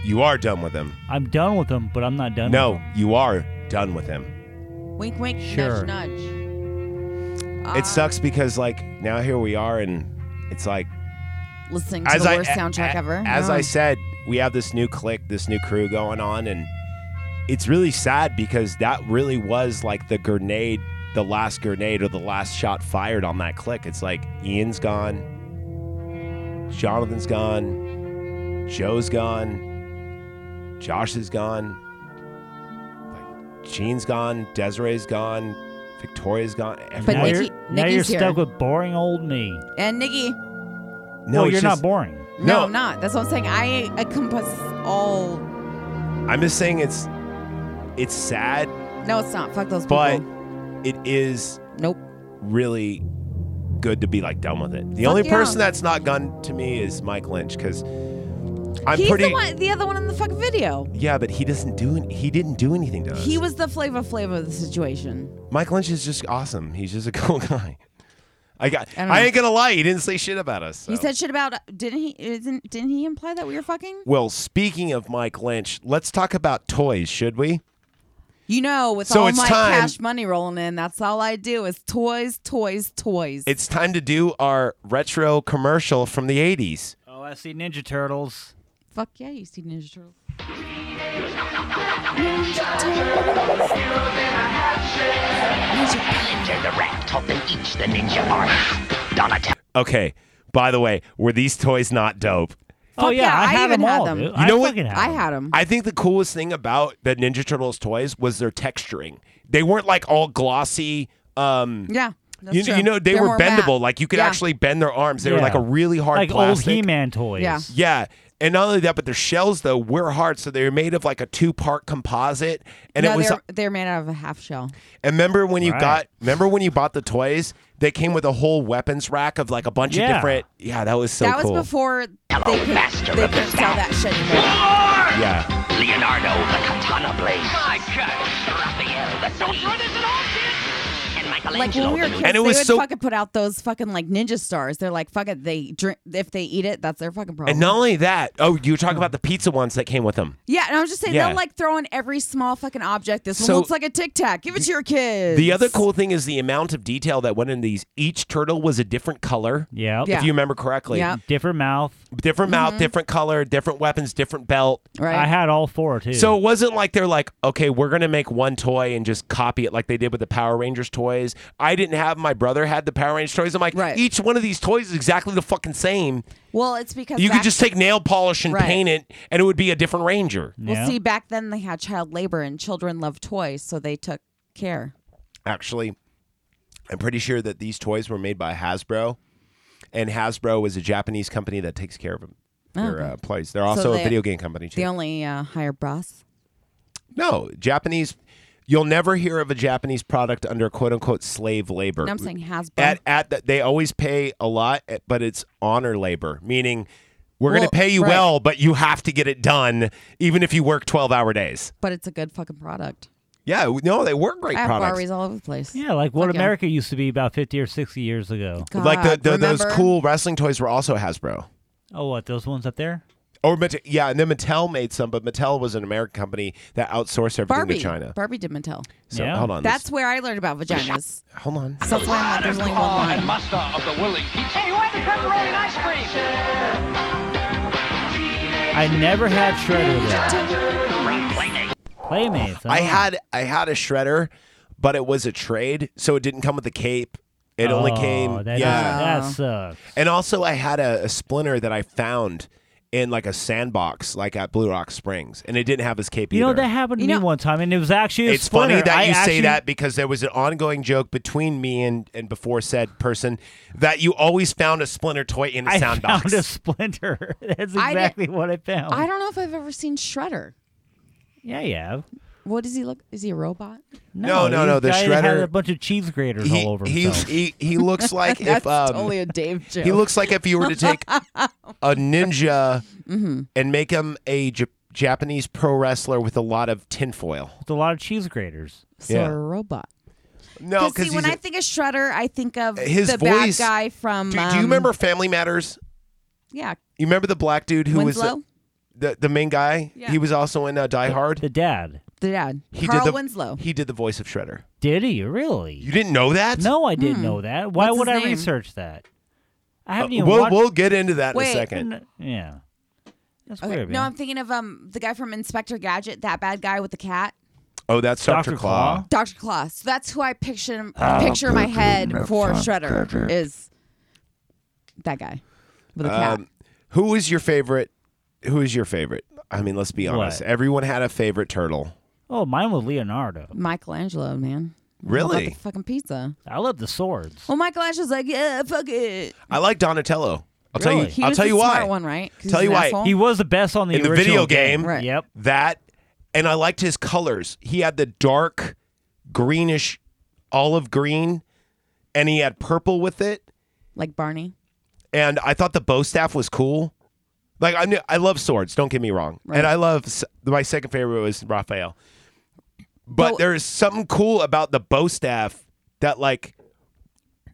You are done with him. I'm done with him, but I'm not done. with No, him. you are done with him. (laughs) wink, wink, Sure. nudge, nudge. It sucks because like now here we are and it's like Listening to the worst a- soundtrack a- ever. As Yeah. I said, we have this new clique, this new crew going on and it's really sad because that really was like the grenade, the last grenade or the last shot fired on that clique. It's like Ian's gone, Jonathan's gone, Joe's gone, Josh is gone, like Jean's gone, Desiree's gone, Victoria's gone. now everyone- you're, Nikki- now you're Nikki's here. stuck with boring old me. and Nikki. no, well, it's you're just- not boring. No, No. I'm not. That's what I'm saying. I encompass all. I'm just saying it's it's sad, No, it's not. Fuck those people. but it is nope. really good to be like done with it. The Fuck only yeah. person that's not gone to me is Mike Lynch because I'm He's pretty. the one, the other one in the fuck video. yeah, but he doesn't do any- he didn't do anything to us. He was the flavor flavor of the situation. Mike Lynch is just awesome. He's just a (laughs) cool guy. I got. I I, don't know. ain't gonna lie. He didn't say shit about us. He so. said shit about didn't he? Isn't didn't he imply that we were fucking? Well, speaking of Mike Lynch, let's talk about toys, should we? You know, with So all it's my time- cash money rolling in, that's all I do is toys, toys, toys. It's time to do our retro commercial from the 80s. Oh, I see Ninja Turtles. Fuck yeah, you see Ninja Turtles. Okay. By the way, were these toys not dope? oh Fuck yeah, yeah, I, I had even them had all. them. dude. You I know what? fucking I them. had them. I think the coolest thing about the Ninja Turtles toys was their texturing. They weren't like all glossy. Um, yeah, that's you, true. you know, they They're were more matte. bendable. Like you could Yeah. actually bend their arms. They were Yeah. like a really hard like plastic. old He-Man toys. Yeah. Yeah. And not only that, but their shells though were hard, so they were made of like a two-part composite. And no, it was. they're, they're made out of a half shell. And remember when you Right. got? Remember when you bought the toys? They came with a whole weapons rack of like a bunch Yeah. of different. Yeah, that was so that cool. was before they could, they could sell that shit anymore. yeah. Leonardo, the katana blade. My God. Raphael, the Don't throw this at all, kid. And Like Michelangelo, when we were the kids, And it they was would so- fucking put out those fucking like ninja stars. They're like, fuck it, they drink if they eat it, that's their fucking problem. And not only that, oh, you were talking about the pizza ones that came with them. yeah, and I was just saying Yeah. they'll like throw in every small fucking object. This So- one looks like a tic tac. Give it to your kids. The other cool thing is the amount of detail that went in these. Each turtle was a different color, Yep. Yeah. if you remember correctly. Yeah. Mm-hmm. Different mouth. Different mouth, different color, different weapons, different belt. right? I had all four too. So it wasn't like they're like, okay, we're gonna make one toy and just copy it like they did with the Power Rangers toys. I didn't have my brother had the Power Rangers toys. I'm like, Right. each one of these toys is exactly the fucking same. well, it's because You back, could just take nail polish and Right. paint it, and it would be a different Ranger. well Yeah. see back then they had child labor and children loved toys, so they took care. actually i'm pretty sure that these toys were made by hasbro and hasbro is a japanese company that takes care of them their uh, plays they're also they- a video game company too They only uh, hire brass. no japanese You'll never hear of a Japanese product under quote unquote slave labor. No, I'm saying Hasbro. At, at the, they always pay a lot, eh, but it's honor labor, meaning we're Well, going to pay you right. well, but you have to get it done, even if you work 12 hour days. But it's a good fucking product. Yeah, w- no, they were great I have products. Barbies all over the place. Yeah, like what Fuck yeah. America used to be about 50 or 60 years ago. like the, the, those remember? cool wrestling toys were also Hasbro. Oh, what? Those ones up there? Or Mate- yeah, and then Mattel made some, but Mattel was an American company that outsourced everything Barbie. to China. Barbie did Mattel. So hold on, That's Ah. where I learned about vaginas. hold on. So that's why I'm like, there's only Oh, one line. Hey, who had the pepperoni and ice I cream? never had Shredder though. Playmates. I oh. had I had a shredder, but it was a trade, so it didn't come with the cape. It only Oh, came that yeah. is- that sucks. And also, I had a, a splinter that I found in like a sandbox, like at Blue Rock Springs, and it didn't have his cape You know either. that happened to me one time, and it was actually a it's funny splinter. that I you say actually- that because there was an ongoing joke between me and, and before said person that you always found a splinter toy in a I sound box. found a splinter. (laughs) That's I did- exactly what I found. I don't know if I've ever seen Shredder. Yeah, yeah. What does he look? Is he a robot? No, no, no. The guy that had shredder a bunch of cheese graters he, all over he, himself. he, he (laughs) looks like if That's um, totally a Dave joke. he looks like if you were to (laughs) take a ninja Mm-hmm. and make him a J- Japanese pro wrestler with a lot of tinfoil. With a lot of cheese graters. So a robot. No, see, because when I think of Shredder, I think of his the voice. bad guy from. Do, do um, you remember Family Matters? Yeah, You remember the black dude who was uh, Winslow? the, the the main guy? He was also in uh, Die Hard. The dad. the dad, He Carl did the, Winslow. He did the voice of Shredder. Did he really? You didn't know that? No, I didn't know that. Why Hmm. What's would his I name? research that? I Uh, haven't even we'll watched. we'll get into that in Wait. a second. yeah. That's Okay, weird, no, man. I'm thinking of um the guy from Inspector Gadget, that bad guy with the cat, Oh, that's Doctor Dr. Claw. Claw? Doctor Claw. So that's who I picture him- Ah, picture in my head for Shredder is that guy with a cat. Um, who is your favorite? Who is your favorite? I mean, let's be honest. Everyone had a favorite turtle. Oh, mine was Leonardo. Michelangelo, man. I love Really? the fucking pizza. I love the swords. Well, Michelangelo's like, yeah, fuck it. Oh, I like Donatello. I'll tell Really? you. He I'll was tell the you why. smart one, right? 'Cause Tell he's you an why. asshole. He was the best on the In the video original game, Right. Yep. that, and I liked his colors. He had the dark greenish, olive green, and he had purple with it. like Barney. and I thought the bow staff was cool. Like I knew, I love swords. Don't get me wrong, and I love s- my second favorite was Raphael. But Well- there is something cool about the bow staff that like.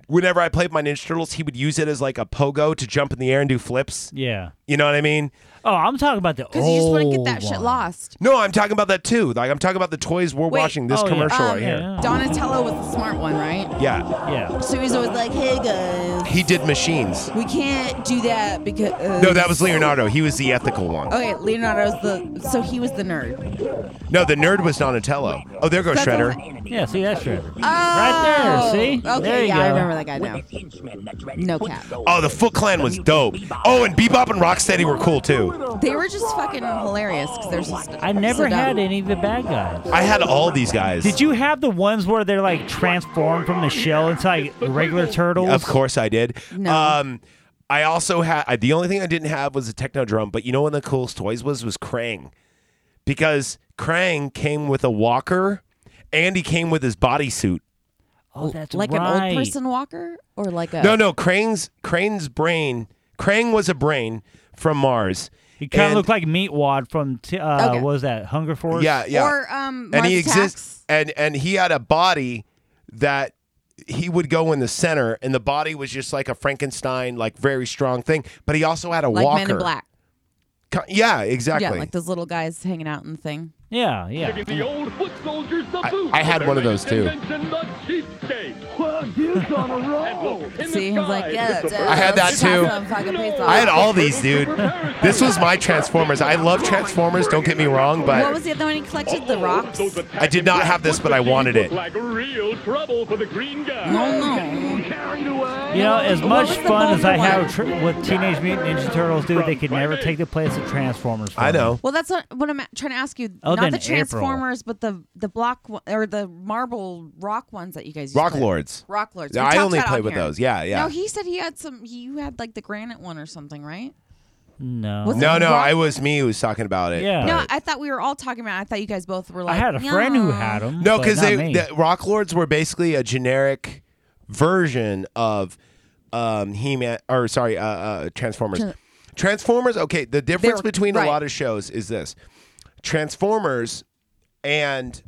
Whenever I played my Ninja Turtles, he would use it as like a pogo to jump in the air and do flips. Yeah. You know what I mean? Oh, I'm talking about the old Because you just wouldn't get that shit Oh, one. lost. No, I'm talking about that too. Like I'm talking about the toys we're Wait, watching this oh, yeah. commercial Um, right here. Donatello was the smart one, right? Yeah, Yeah. So he's always like, hey guys, he did machines. we can't do that because. No, that was Leonardo. He was the ethical one. Okay, Leonardo's the. So he was the nerd. No, the nerd was Donatello. Oh, there goes That's Shredder. all- Yeah, see, that's Shredder. Oh, Right there, see? Okay, There you yeah, I go. remember that guy now. No cap. Oh, the Foot Clan was dope. Oh, and Bebop and Rocksteady were cool too. They were just fucking hilarious because they're just. I never so dumb. had any of the bad guys. I had all these guys. Did you have the ones where they're like transformed from the shell into like regular turtles? Of course I did. No. Um, I also had. I, the only thing I didn't have was a techno drum. But you know, one of the coolest toys was was Krang, because Krang came with a walker, and he came with his bodysuit. Oh, that's Like an right. old person walker or like a. No, no, Krang's Krang's brain. Krang was a brain from Mars. He kind And- of looked like Meat Wad from t- uh, Okay. what was that Hunger Force? Yeah, yeah. Or um, and he Mars Attacks. exists and and he had a body that he would go in the center and the body was just like a frankenstein like very strong thing but he also had a Like walker Men in Black. Co- yeah exactly Yeah, like those little guys hanging out in the thing. yeah, yeah. I, I had one of those too See, he's like, yeah. I had that too. i had all these dude this was my transformers i love transformers don't get me wrong What but was the other one he collected? The rocks. No, i did not have this but i wanted it no. You know, as What much was the fun as I Wonder Woman? have tr- with Teenage Mutant Ninja Turtles, dude, they could never take the place of Transformers. for i me. know Well, that's what, what I'm trying to ask you. Other Not than the April. Transformers, but the the block one- or the marble rock ones that you guys. Used rock to play. lords Rock lords. We i talked only about it played on with here. those yeah yeah No, he said he had some. He, you had like the granite one or something, right? No. Was no, it no. rock- I was me who was talking about it. No, but- I thought we were all talking about. It. I thought you guys both were Uh, I like. had a friend who had them. no, because they the rock lords were basically a generic version of um, He Man or sorry, uh, uh, Transformers. Tran- Transformers. Okay, the difference They're- between right. a lot of shows is this: Transformers and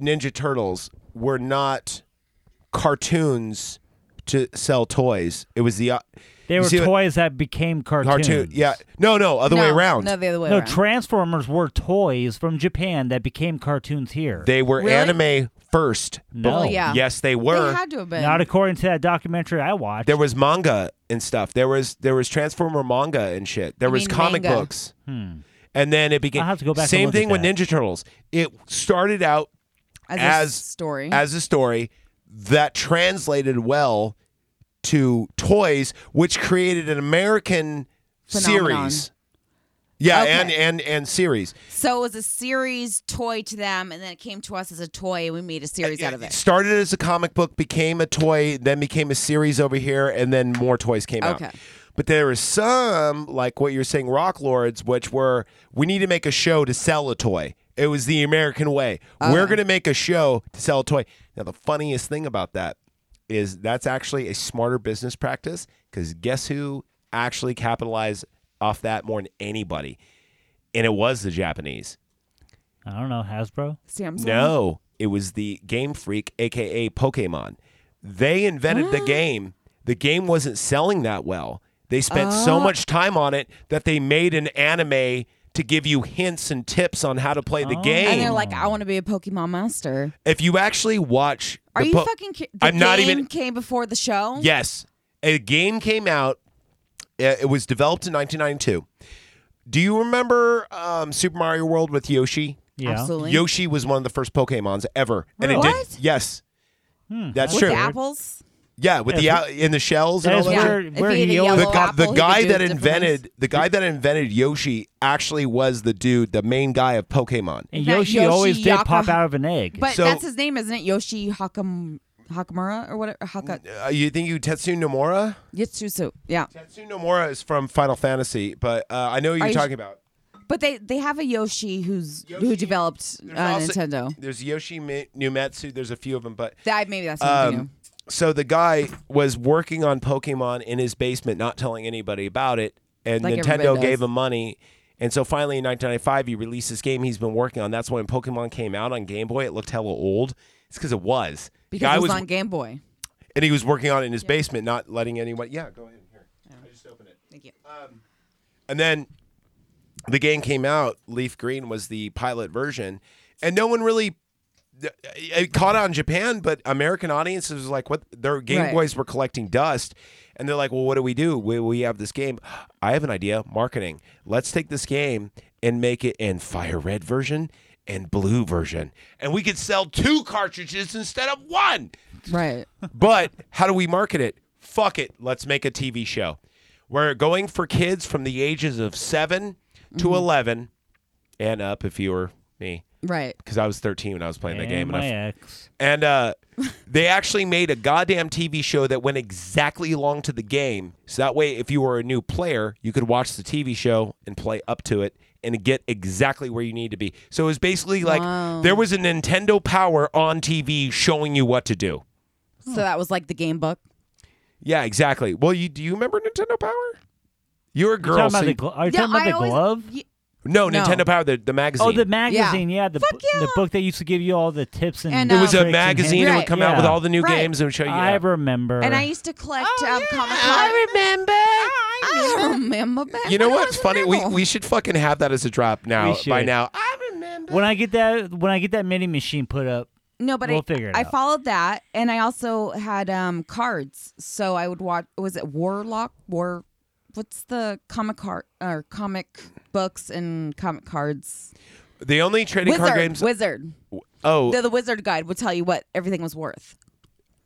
Ninja Turtles were not cartoons to sell toys. It was the uh, They you were see what- toys that became cartoons. Cartoon, yeah. No, no, other way around. No, Transformers were toys from Japan that became cartoons here. They were anime first. No. before- Well, yeah. Yes, they were. Not according to that documentary I watched. There was manga and stuff. There was there was Transformer manga and shit. There You was mean comic manga. books. And then it became Hmm. I'll have to go back and same look at thing with Ninja Turtles. It started out As as, a story. As a story that translated well to toys, which created an American Phenomenon. series. Yeah, Okay. and, and and series. So it was a series toy to them, and then it came to us as a toy, and we made a series out of it. started as a comic book, became a toy, then became a series over here, and then more toys came out. Okay. But there were some, like what you're saying, Rock Lords, which were we need to make a show to sell a toy. It was the American way. We're going to make a show to sell a toy. Now, the funniest thing about that is that's actually a smarter business practice because guess who actually capitalized off that more than anybody? And it was the Japanese. I don't know, Hasbro? Samsung? No, it was the Game Freak, aka Pokemon. They invented the game. The game wasn't selling that well. They spent so Oh. much time on it that they made an anime to give you hints and tips on how to play the game. Oh. And they're like, I want to be a Pokemon master. if you actually watch, Are the you po- fucking ki- The I'm not game even. came before the show? Yes, a game came out. uh, It was developed in 1992. Do you remember um, Super Mario World with Yoshi? Yeah. Absolutely. Yoshi was one of the first Pokemons ever, and it What? did. Yes, that's With true. apples? Yeah, with the Hmm. Yeah. out in the shells and That all is that. where- shit. Yeah. where If he he ate a yellow the, guy- apple, the he guy could do that different invented the guy that invented Yoshi actually was the dude, the main guy of Pokemon. And That Yoshi, Yoshi always did Yaka- pop out of an egg. But So- that's his name, isn't it? Yoshi Hakam- Hakamura or whatever? Haka- Uh, you think you Tetsu Nomura? Yitsusu. Yeah. Tetsu Nomura is from Final Fantasy, but uh, I know who Are you're you- talking about. But they, they have a Yoshi who's who developed uh, also- Nintendo. There's Yoshi Mi- Numetsu. There's a few of them, but That, maybe that's something Um, new. so the guy was working on Pokemon in his basement, not telling anybody about it, and Like everybody Nintendo does. gave him money. And so finally, in 1995, he released this game he's been working on. That's when Pokemon came out on Game Boy. It looked hella old. It's because it was. The Because it was, on Game Boy. and he was working on it in his basement, not letting anyone. Yeah, go ahead. Here, I just opened it. Thank you. Um, and then the game came out. Leaf Green was the pilot version, and no one really it caught on in Japan, but American audiences was like, what? Their Game Right. Boys were collecting dust, and they're like, well, what do we do? We we have this game. I have an idea. Marketing. Let's take this game and make it in fire red version and blue version, and we could sell two cartridges instead of one. Right. But how do we market it? Fuck it. Let's make a TV show. We're going for kids from the ages of 7 to 11 and up if you were me. Right. Because I was 13 when I was playing that game. And I my f- And uh, they actually made a goddamn TV show that went exactly along to the game. So that way, if you were a new player, you could watch the TV show and play up to it and get exactly where you need to be. So it was basically like Wow. there was a Nintendo Power on TV showing you what to do. So that was like the game book. Yeah, exactly. Well, you do you remember Nintendo Power? You're a girl. talking about so the you- glo- are you Yeah, talking about I the always- glove? No, No. Nintendo Power, the, the magazine. Oh, the magazine, yeah, the, bu- the book that used to give you all the tips and. And, It was a tricks and magazine that hints. would come out with all the new Right. games and show you- I yeah. remember. And I used to collect um, Comic Con. Oh, I remember. (laughs) I remember. back You know when I what's was funny? We, little. we should fucking have that as a drop We now. should. By now, When I get that, when I get that mini machine put up, No, but we'll I, figure it I out. followed that, and I also had um cards. So I would watch. Was it Warlock? War? What's the comic card or comic books and comic cards? the only trading Wizard, card games. Wizard. Oh, The, the Wizard Guide would tell you what everything was worth.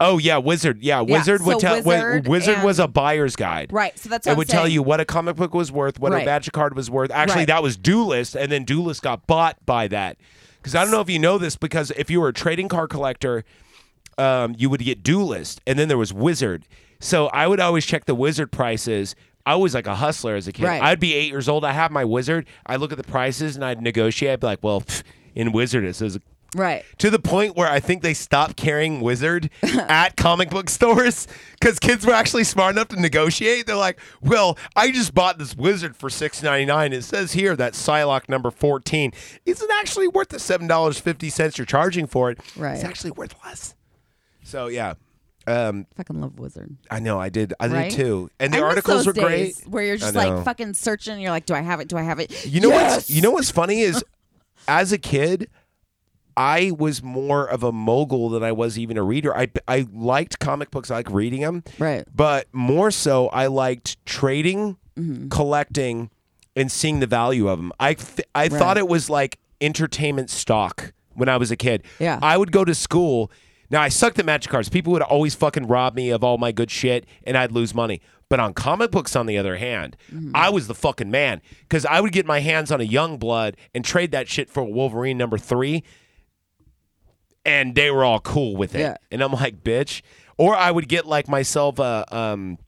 oh yeah, Wizard. Yeah, Wizard would so tell. wi- Wizard Wizard was and- a buyer's guide. Right. So that's it what I'm would tell saying. you what a comic book was worth, what Right. a magic card was worth. Actually, Right. that was Duelist, and then Duelist got bought by that. Because I don't know if you know this, because if you were a trading card collector, um, you would get Duelist, and then there was Wizard. So I would always check the Wizard prices I was like a hustler as a kid. Right. I'd be eight years old. I have my wizard. I look at the prices and I'd negotiate. I'd be like, well, pff, in wizard it says Right. to the point where I think they stopped carrying (laughs) Wizard at comic book stores because kids were actually smart enough to negotiate. They're like, "Well, I just bought this Wizard for six ninety nine. It says here that Psylocke number fourteen isn't actually worth the seven dollars fifty cents you're charging for it. Right. It's actually worth less." So yeah, um, fucking love Wizard. I know. I did. I Right? did too. And the I miss articles those were great. days Where you're I just know. like fucking searching. And you're like, do I have it? Do I have it? You know yes! what's you know what's funny is as a kid, I was more of a mogul than I was even a reader. I I liked comic books, I like reading them. Right. But more so I liked trading, Mm-hmm. collecting and seeing the value of them. I th- I thought it was like entertainment stock when I was a kid. Yeah. I would go to school. Now I sucked at magic cards. People would always fucking rob me of all my good shit, and I'd lose money. But on comic books, on the other hand, Mm-hmm. I was the fucking man because I would get my hands on a young blood and trade that shit for a Wolverine number three, and they were all cool with it. Yeah. And I'm like, bitch. Or I would get like myself a um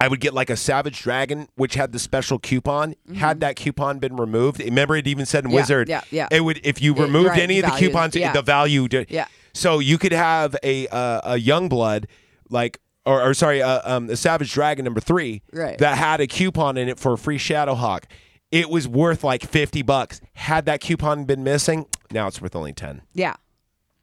I would get like a Savage Dragon, which had the special coupon. Had that coupon been removed, remember it even said in Mm-hmm. Yeah, Wizard. yeah, yeah. It would if you Yeah, removed right, any of the values, coupons, yeah. the value. To, Yeah. So you could have a uh, a young blood like. Or, or sorry, uh, um, a Savage Dragon number three Right. that had a coupon in it for a free Shadow Hawk. It was worth like fifty bucks. Had that coupon been missing, now it's worth only ten. Yeah.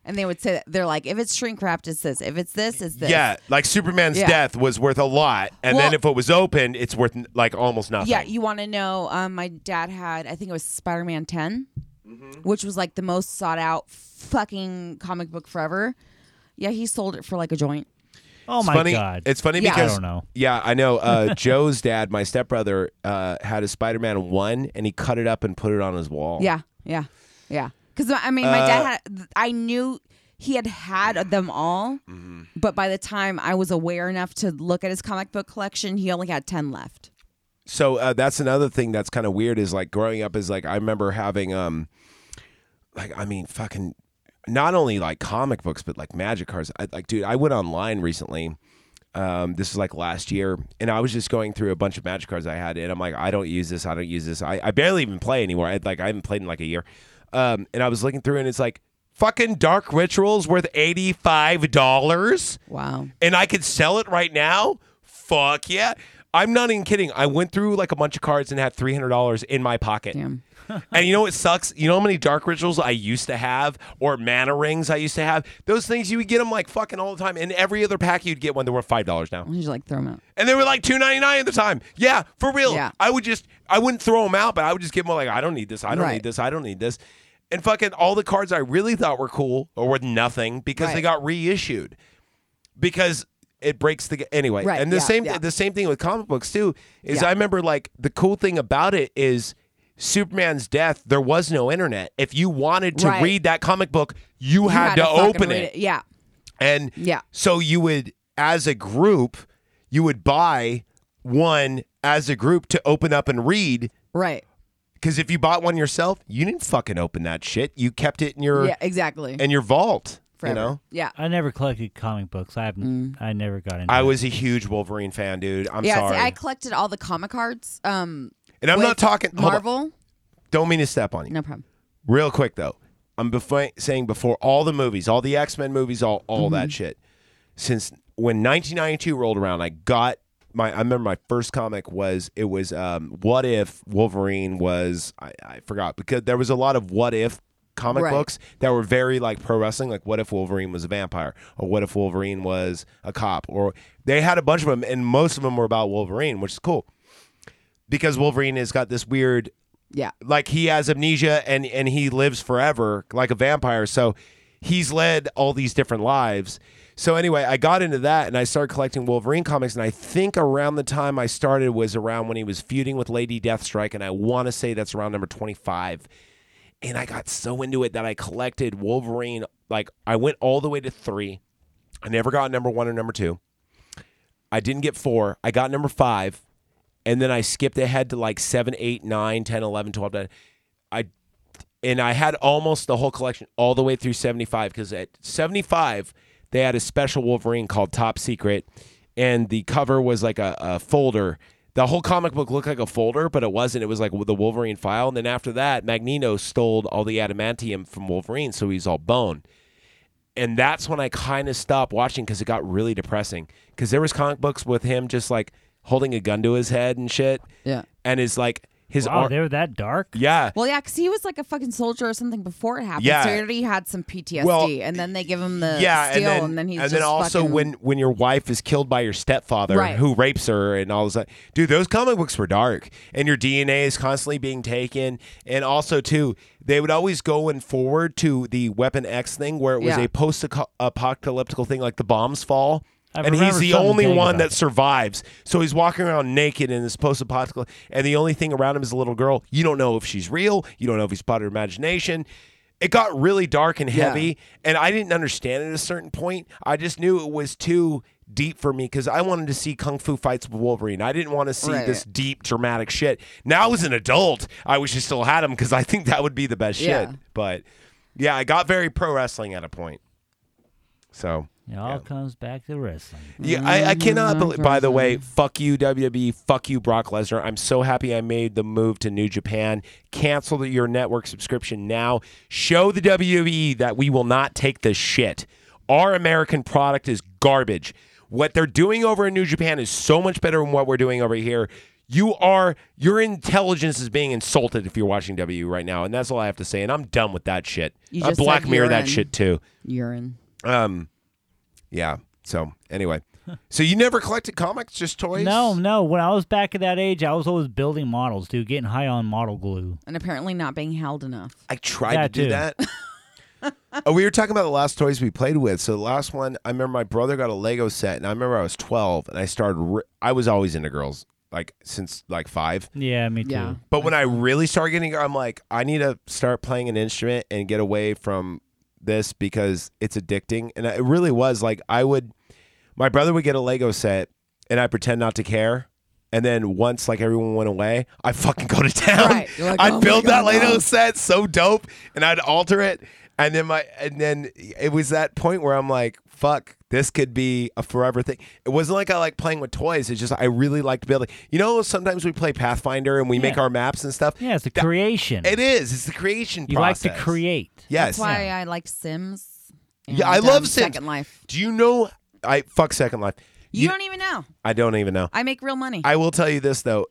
And they would say that they're like, if it's shrink wrapped, it's this. If it's this, it's this. Yeah, like Superman's Yeah. death was worth a lot, and then Well- if it was open, it's worth like almost nothing. Yeah, you want to know? Um, my dad had, I think it was Spider Man 10, Mm-hmm. which was like the most sought out fucking comic book forever. Yeah, he sold it for like a joint. Oh It's my funny- god. It's funny Yeah. I because don't know. Yeah, I know. (laughs) Uh, Joe's dad, my stepbrother, uh, had a Spider-Man one, and he cut it up and put it on his wall. Yeah, yeah, yeah. Because I mean, my Oh. Uh, dad had. I knew he had had them all, Mm-hmm. but by the time I was aware enough to look at his comic book collection, he only had ten left. So uh, that's another thing that's kind of weird is like growing up is like I remember having um, like I mean fucking not only like comic books but like magic cards. I, like dude, I went online recently. Um, this was like last year, and I was just going through a bunch of magic cards I had, and I'm like, I don't use this, I don't use this, I, I barely even play anymore. I like I haven't played in like a year, um, and I was looking through, and it's like fucking Dark Rituals worth eighty five dollars Wow. and I could sell it right now, fuck yeah. I'm not even kidding. I went through like a bunch of cards and had $300 in my pocket. (laughs) and you know what sucks? You know how many dark rituals I used to have or mana rings I used to have? Those things you would get them like fucking all the time. In every other pack, you'd get one that were $5 now. He's like, throw them out. And they were like $2.99 at the time. Yeah, for real. Yeah. I would just, I wouldn't throw them out, but I would just give them like, I don't need this. I don't Right. need this. I don't need this. And fucking all the cards I really thought were cool or worth nothing because they Right. got reissued because it breaks the g- anyway. Right, and the yeah, same yeah. the same thing with comic books too. Is Yeah. I remember like the cool thing about it is Superman's death. There was no internet. If you wanted to Right. read that comic book, you, You had, to, fucking open read it. Yeah. and Yeah. so you would as a group, you would buy one as a group to open up and read. Right. Because if you bought one yourself, you didn't fucking open that shit. You kept it in your Yeah. Exactly. in your vault. Forever. You know. Yeah. I never collected comic books. I haven't. I never got into. I it. was a huge Wolverine fan, dude. I'm yeah. sorry. See, I collected all the comic cards. Um. And I'm with not talking- hold on. Marvel. Don't mean to step on you. No problem. Real quick though, I'm before, saying before all the movies, all the X Men movies, all all that shit. Since when 1992 rolled around, I got my. I remember my first comic was it was um, What If Wolverine was I, I forgot because there was a lot of What If comic Right. books that were very like pro wrestling like what if wolverine was a vampire or what if wolverine was a cop or they had a bunch of them and most of them were about wolverine which is cool because wolverine has got this weird Yeah. like he has amnesia and and he lives forever like a vampire so he's led all these different lives so anyway i got into that and i started collecting wolverine comics and i think around the time i started was around when he was feuding with lady deathstrike and i want to say that's around number 25 and i got so into it that i collected wolverine like i went all the way to three i never got number one or number two I didn't get four. I got number five. And then I skipped ahead to like seven, eight, nine, 10, 11, 12. I, and I had almost the whole collection all the way through 75 because at 75, they had a special Wolverine called Top Secret. And the cover was like a, a folder the whole comic book looked like a folder, but it wasn't. It was like the Wolverine file. And then after that, Magneto stole all the adamantium from Wolverine, so he's all bone. And that's when I kind of stopped watching because it got really depressing. Because there was comic books with him just like holding a gun to his head and shit. Yeah. And it's like his Wow, ar- they were that dark. Yeah. Well, yeah, because he was like a fucking soldier or something before it happened. Yeah. So he already had some PTSD, Well, and then they give him the yeah, steel, and then, and then he's and just then also fucking- when when your wife is killed by your stepfather Right. who rapes her and all this, dude, those comic books were dark, and your DNA is constantly being taken, and also too, they would always go and forward to the Weapon X thing where it was Yeah. a post-apocalyptic thing, like the bombs fall. I and he's remember the something only vague one about that that. survives. So he's walking around naked in this post-apocalyptic, and the only thing around him is a little girl. You don't know if she's real. You don't know if he's part of her imagination. It got really dark and Yeah. heavy and I didn't understand at a certain point. I just knew it was too deep for me because I wanted to see kung fu fights with Wolverine. I didn't want to see Right. this deep dramatic shit. Now as an adult, I wish I still had him because I think that would be the best Yeah. shit. But yeah, I got very pro wrestling at a point. So It all comes back to wrestling. yeah, I, I Mm-hmm. cannot believe. By the way, fuck you WWE, fuck you Brock Lesnar. I'm so happy I made the move to New Japan. Cancel your network subscription now. Show the WWE that we will not take this shit. Our American product is garbage. What they're doing over in New Japan is so much better than what we're doing over here. You are your intelligence is being insulted if you're watching WWE right now, and that's all I have to say. And I'm done with that shit. You I just said black mirror that urine. shit too. Urine. Um, yeah. So anyway, so you never collected comics, just toys? No, no. When I was back at that age, I was always building models, dude, getting high on model glue. and apparently not being held enough. I tried Yeah, to do dude. that. (laughs) oh, we were talking about the last toys we played with. So the last one, I remember my brother got a Lego set, and I remember I was twelve, and I started. Re- I was always into girls, like since like five. Yeah, me too. Yeah. But when I really started getting, I'm like, I need to start playing an instrument and get away from this because it's addicting. And it really was like I would, my brother would get a Lego set, and I pretend not to care. And then once like everyone went away, I fucking go to (laughs) town. You're like, I'd "Oh my build (laughs) that God, Lego no." set so dope, and I'd alter it. And then my and then it was that point where I'm like, fuck, this could be a forever thing. It wasn't like I like playing with toys. It's just I really liked building. You know, sometimes we play Pathfinder and we make Yeah. our maps and stuff. Yeah, it's the creation. It is. It's the creation You like process. to create. Yes. That's why I like Sims. and, yeah, I um, love Sims. Second Life. Do you know? I fuck Second Life. You, don't even know. I don't even know. I make real money. I will tell you this though,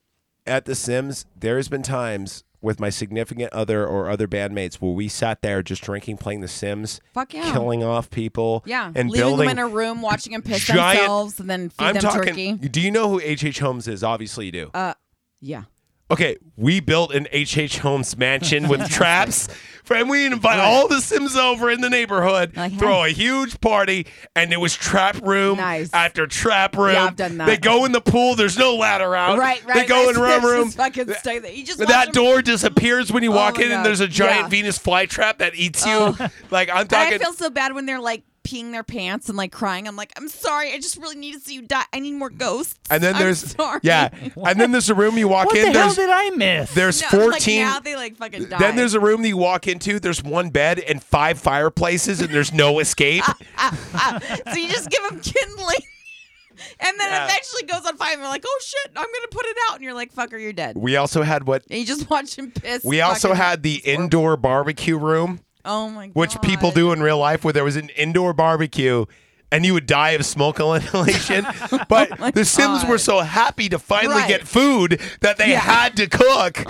at the Sims, there has been times with my significant other or other bandmates where we sat there just drinking, playing the Sims, Fuck yeah. killing off people, yeah, and leaving building. them in a room, watching them piss giant- themselves, and then feed I'm them talking. turkey. Do you know who H.H. H. Holmes is? Obviously, you do. Uh, yeah. Okay, we built an H.H. H. Holmes mansion (laughs) with traps. And we invite all the Sims over in the neighborhood, throw a huge party, and it was trap room after trap room. Yeah, I've done that. They go in the pool, there's no ladder out. Right, right. They go right. in (laughs) (laughs) room Just room. Fucking stay there. You just (laughs) watch that them- door disappears when you walk Oh my in, God. and there's a giant Yeah. Venus flytrap that eats you. (laughs) Like I'm And I talking. feel so bad when they're like peeing their pants and like crying. I'm like, I'm sorry. I just really need to see you die. I need more ghosts. And then I'm there's (laughs) sorry. yeah, and then there's a room you walk What in. the hell there's, did I miss? There's No, like, fourteen. now they, like, fucking die. Then there's (laughs) a room that you walk into. There's one bed and five fireplaces, and there's no escape. (laughs) Ah, so you just give them kindling. (laughs) And then Yeah. eventually goes on fire, and they're like, "Oh shit, I'm gonna put it out," and you're like, "Fucker, you're dead." we also had what? and you just (laughs) watch him piss. We also fucking- had the indoor barbecue room, (laughs) Oh my god. which people do in real life, where there was an indoor barbecue. And you would die of (laughs) smoke (laughs) inhalation. But the Sims were so happy to finally Oh Right. get food that they Yeah. Oh had to cook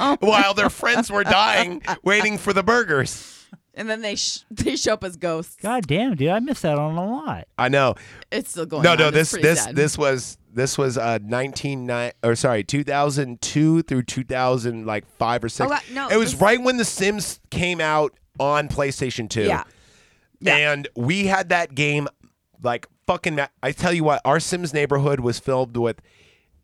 (laughs) while their friends were dying waiting for the burgers. And then they sh- they show up as ghosts. God damn, dude, I missed out on a lot. I know. It's still going. no, on. no. It's This pretty this sad. this was this was uh 19 ni- or sorry 2002 through 2000 like five or six. Oh, wow, no, it was this- right when The Sims came out on PlayStation 2. Yeah. And we had that game like fucking. Ma- I tell you what, our Sims neighborhood was filled with.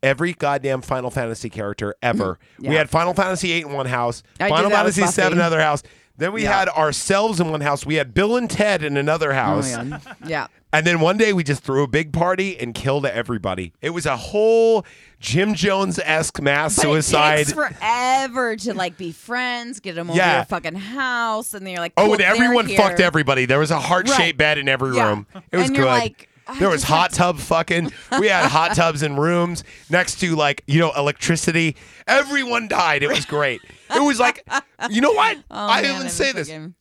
Every goddamn Final Fantasy character ever. We Mm, Yeah. had Final Fantasy eight in one house, I did Final that with Fantasy seven in Buffy. another house. Then we had ourselves in one house. We had Bill and Ted in another Oh, house. man. Oh Yeah. And then one day we just threw a big party and killed everybody. It was a whole Jim Jones esque mass suicide. Takes forever to like be friends, get them over Yeah. your fucking house, and then you're like, oh, cool, and they're everyone here. fucked everybody. There was a heart shaped Right. bed in every Yeah. room. It was and good. you're like, There was hot tub fucking. We (laughs) had hot tubs in rooms next to like you know electricity. Everyone died. It was great. It was like you know (laughs) what? I Oh, man, even that say was this. fucking-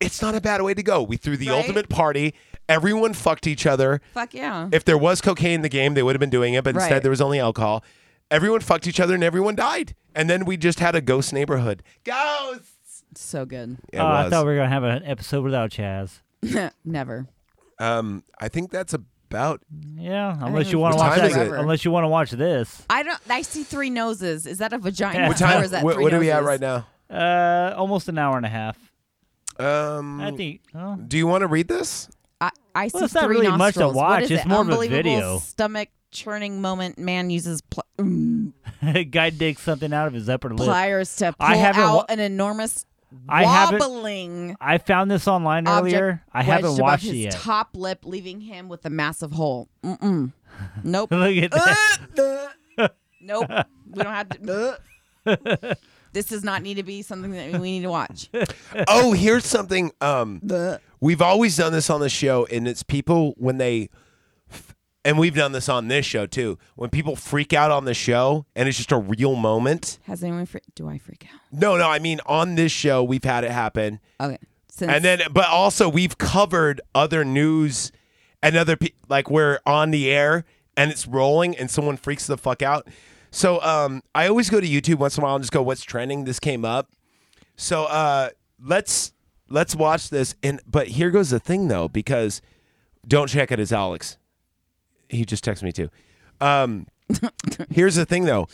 It's not a bad way to go. We threw the Right? ultimate party. Everyone fucked each other. Fuck yeah. If there was cocaine in the game, they would have been doing it, but Right. instead there was only alcohol. Everyone fucked each other and everyone died. And then we just had a ghost neighborhood. Ghosts. So good. (laughs) It oh, I was. thought we were gonna have an episode without Chaz. Never. Um, I think that's about. Yeah, think unless it you want was to watch time is that, it? unless you want to watch this. I don't. I see three noses. Is that a vagina? What time- Or is that what- three what are we at noses? right now? Uh, almost an hour and a half. Um, I think. Oh. Do you want to read this? I, I see Well, it's not three really nostrils. much to What watch. is It's it? more of a Unbelievable video. Stomach churning moment. Man uses pl- (laughs) Guy digs something out of his upper lip. pliers to pull I haven't. out wa- an enormous I haven't- wobbling I found this online object earlier. I wedged haven't above watched his it yet. Top lip, leaving him with a massive hole. Mm-mm. (laughs) (laughs) Nope. Look at that. nope. We don't (laughs) have to. this does not need to be something that we need (laughs) to watch. (laughs) oh, here's something. Um, The- we've always done this on the show, and it's people when they, and we've done this on this show too. When people freak out on the show, and it's just a real moment. Has anyone? Fre- do I freak out? No, no, I mean on this show we've had it happen. Okay. Since- and then, but also we've covered other news and other pe- like we're on the air and it's rolling and someone freaks the fuck out. So um, I always go to YouTube once in a while and just go, "What's trending?" This came up. So uh, let's let's watch this. And but here goes the thing though, because don't check it as Alex. He just texted me too. (laughs) Um, here's the thing though.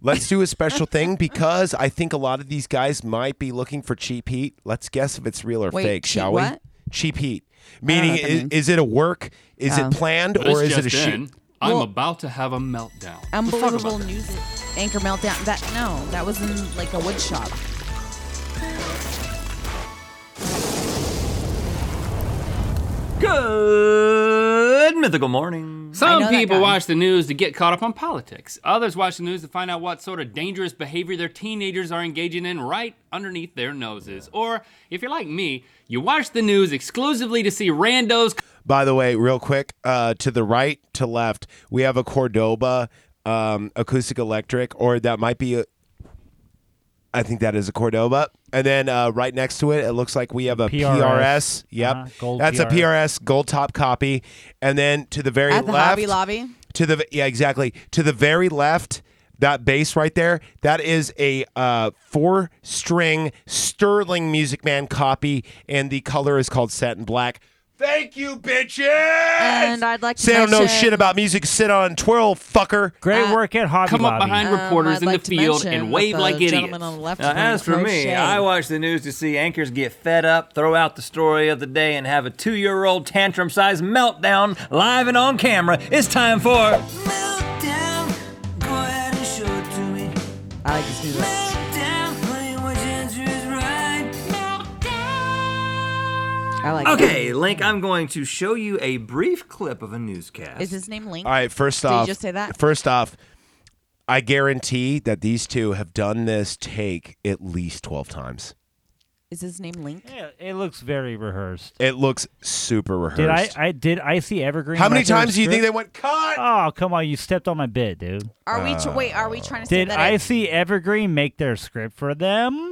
Let's do a special thing because I think a lot of these guys might be looking for cheap heat. Let's guess if it's real or Wait, fake, cheap shall what? we? Cheap heat. know Meaning, what that is, means. is it a work? Is Oh. it planned But or it's is it a just shoot? in. I'm Well- about to have a meltdown. Unbelievable news anchor meltdown. That no, that was in like a wood shop. Good mythical morning. I know Some that people guy. watch the news to get caught up on politics. Others watch the news to find out what sort of dangerous behavior their teenagers are engaging in right underneath their noses. Or if you're like me, you watch the news exclusively to see randos By the way, real quick, uh, to the right, to left, we have a Cordoba um, acoustic electric, or that might be a. I think that is a Cordoba, and then uh, right next to it, it looks like we have a PRS. PRS. Yep, Uh-huh, gold that's a PRS. PRS gold top copy, and then to the very At the left, Hobby Lobby? To the yeah, exactly. To the very left, that bass right there, that is a uh, four string Sterling Music Man copy, and the color is called satin black. Thank you, bitches. And I'd like to Say I don't know mention- shit about music. Sit on twirl, fucker. Great work at Hobby come up Lobby. behind reporters Um, I'd in like the to field mention and wave that the like idiots. gentleman on the left Now, is wearing as for me, crochet. I watch the news to see anchors get fed up, throw out the story of the day, and have a two year old tantrum sized meltdown live and on camera. It's time for. I like this music. I like Okay, Link, I'm going to show you a brief clip of a newscast. Is his name Link? All right, first Did you off, just say that? First off, I guarantee that these two have done this take at least twelve times. Is his name Link? Yeah, it looks very rehearsed. It looks super rehearsed. Did I, I? Did I see Evergreen? How many right there times do you think script? they went cut? Oh come on! You stepped on my bit, dude. Are we tr- wait? Are we trying to say Did that I it- see Evergreen make their script for them?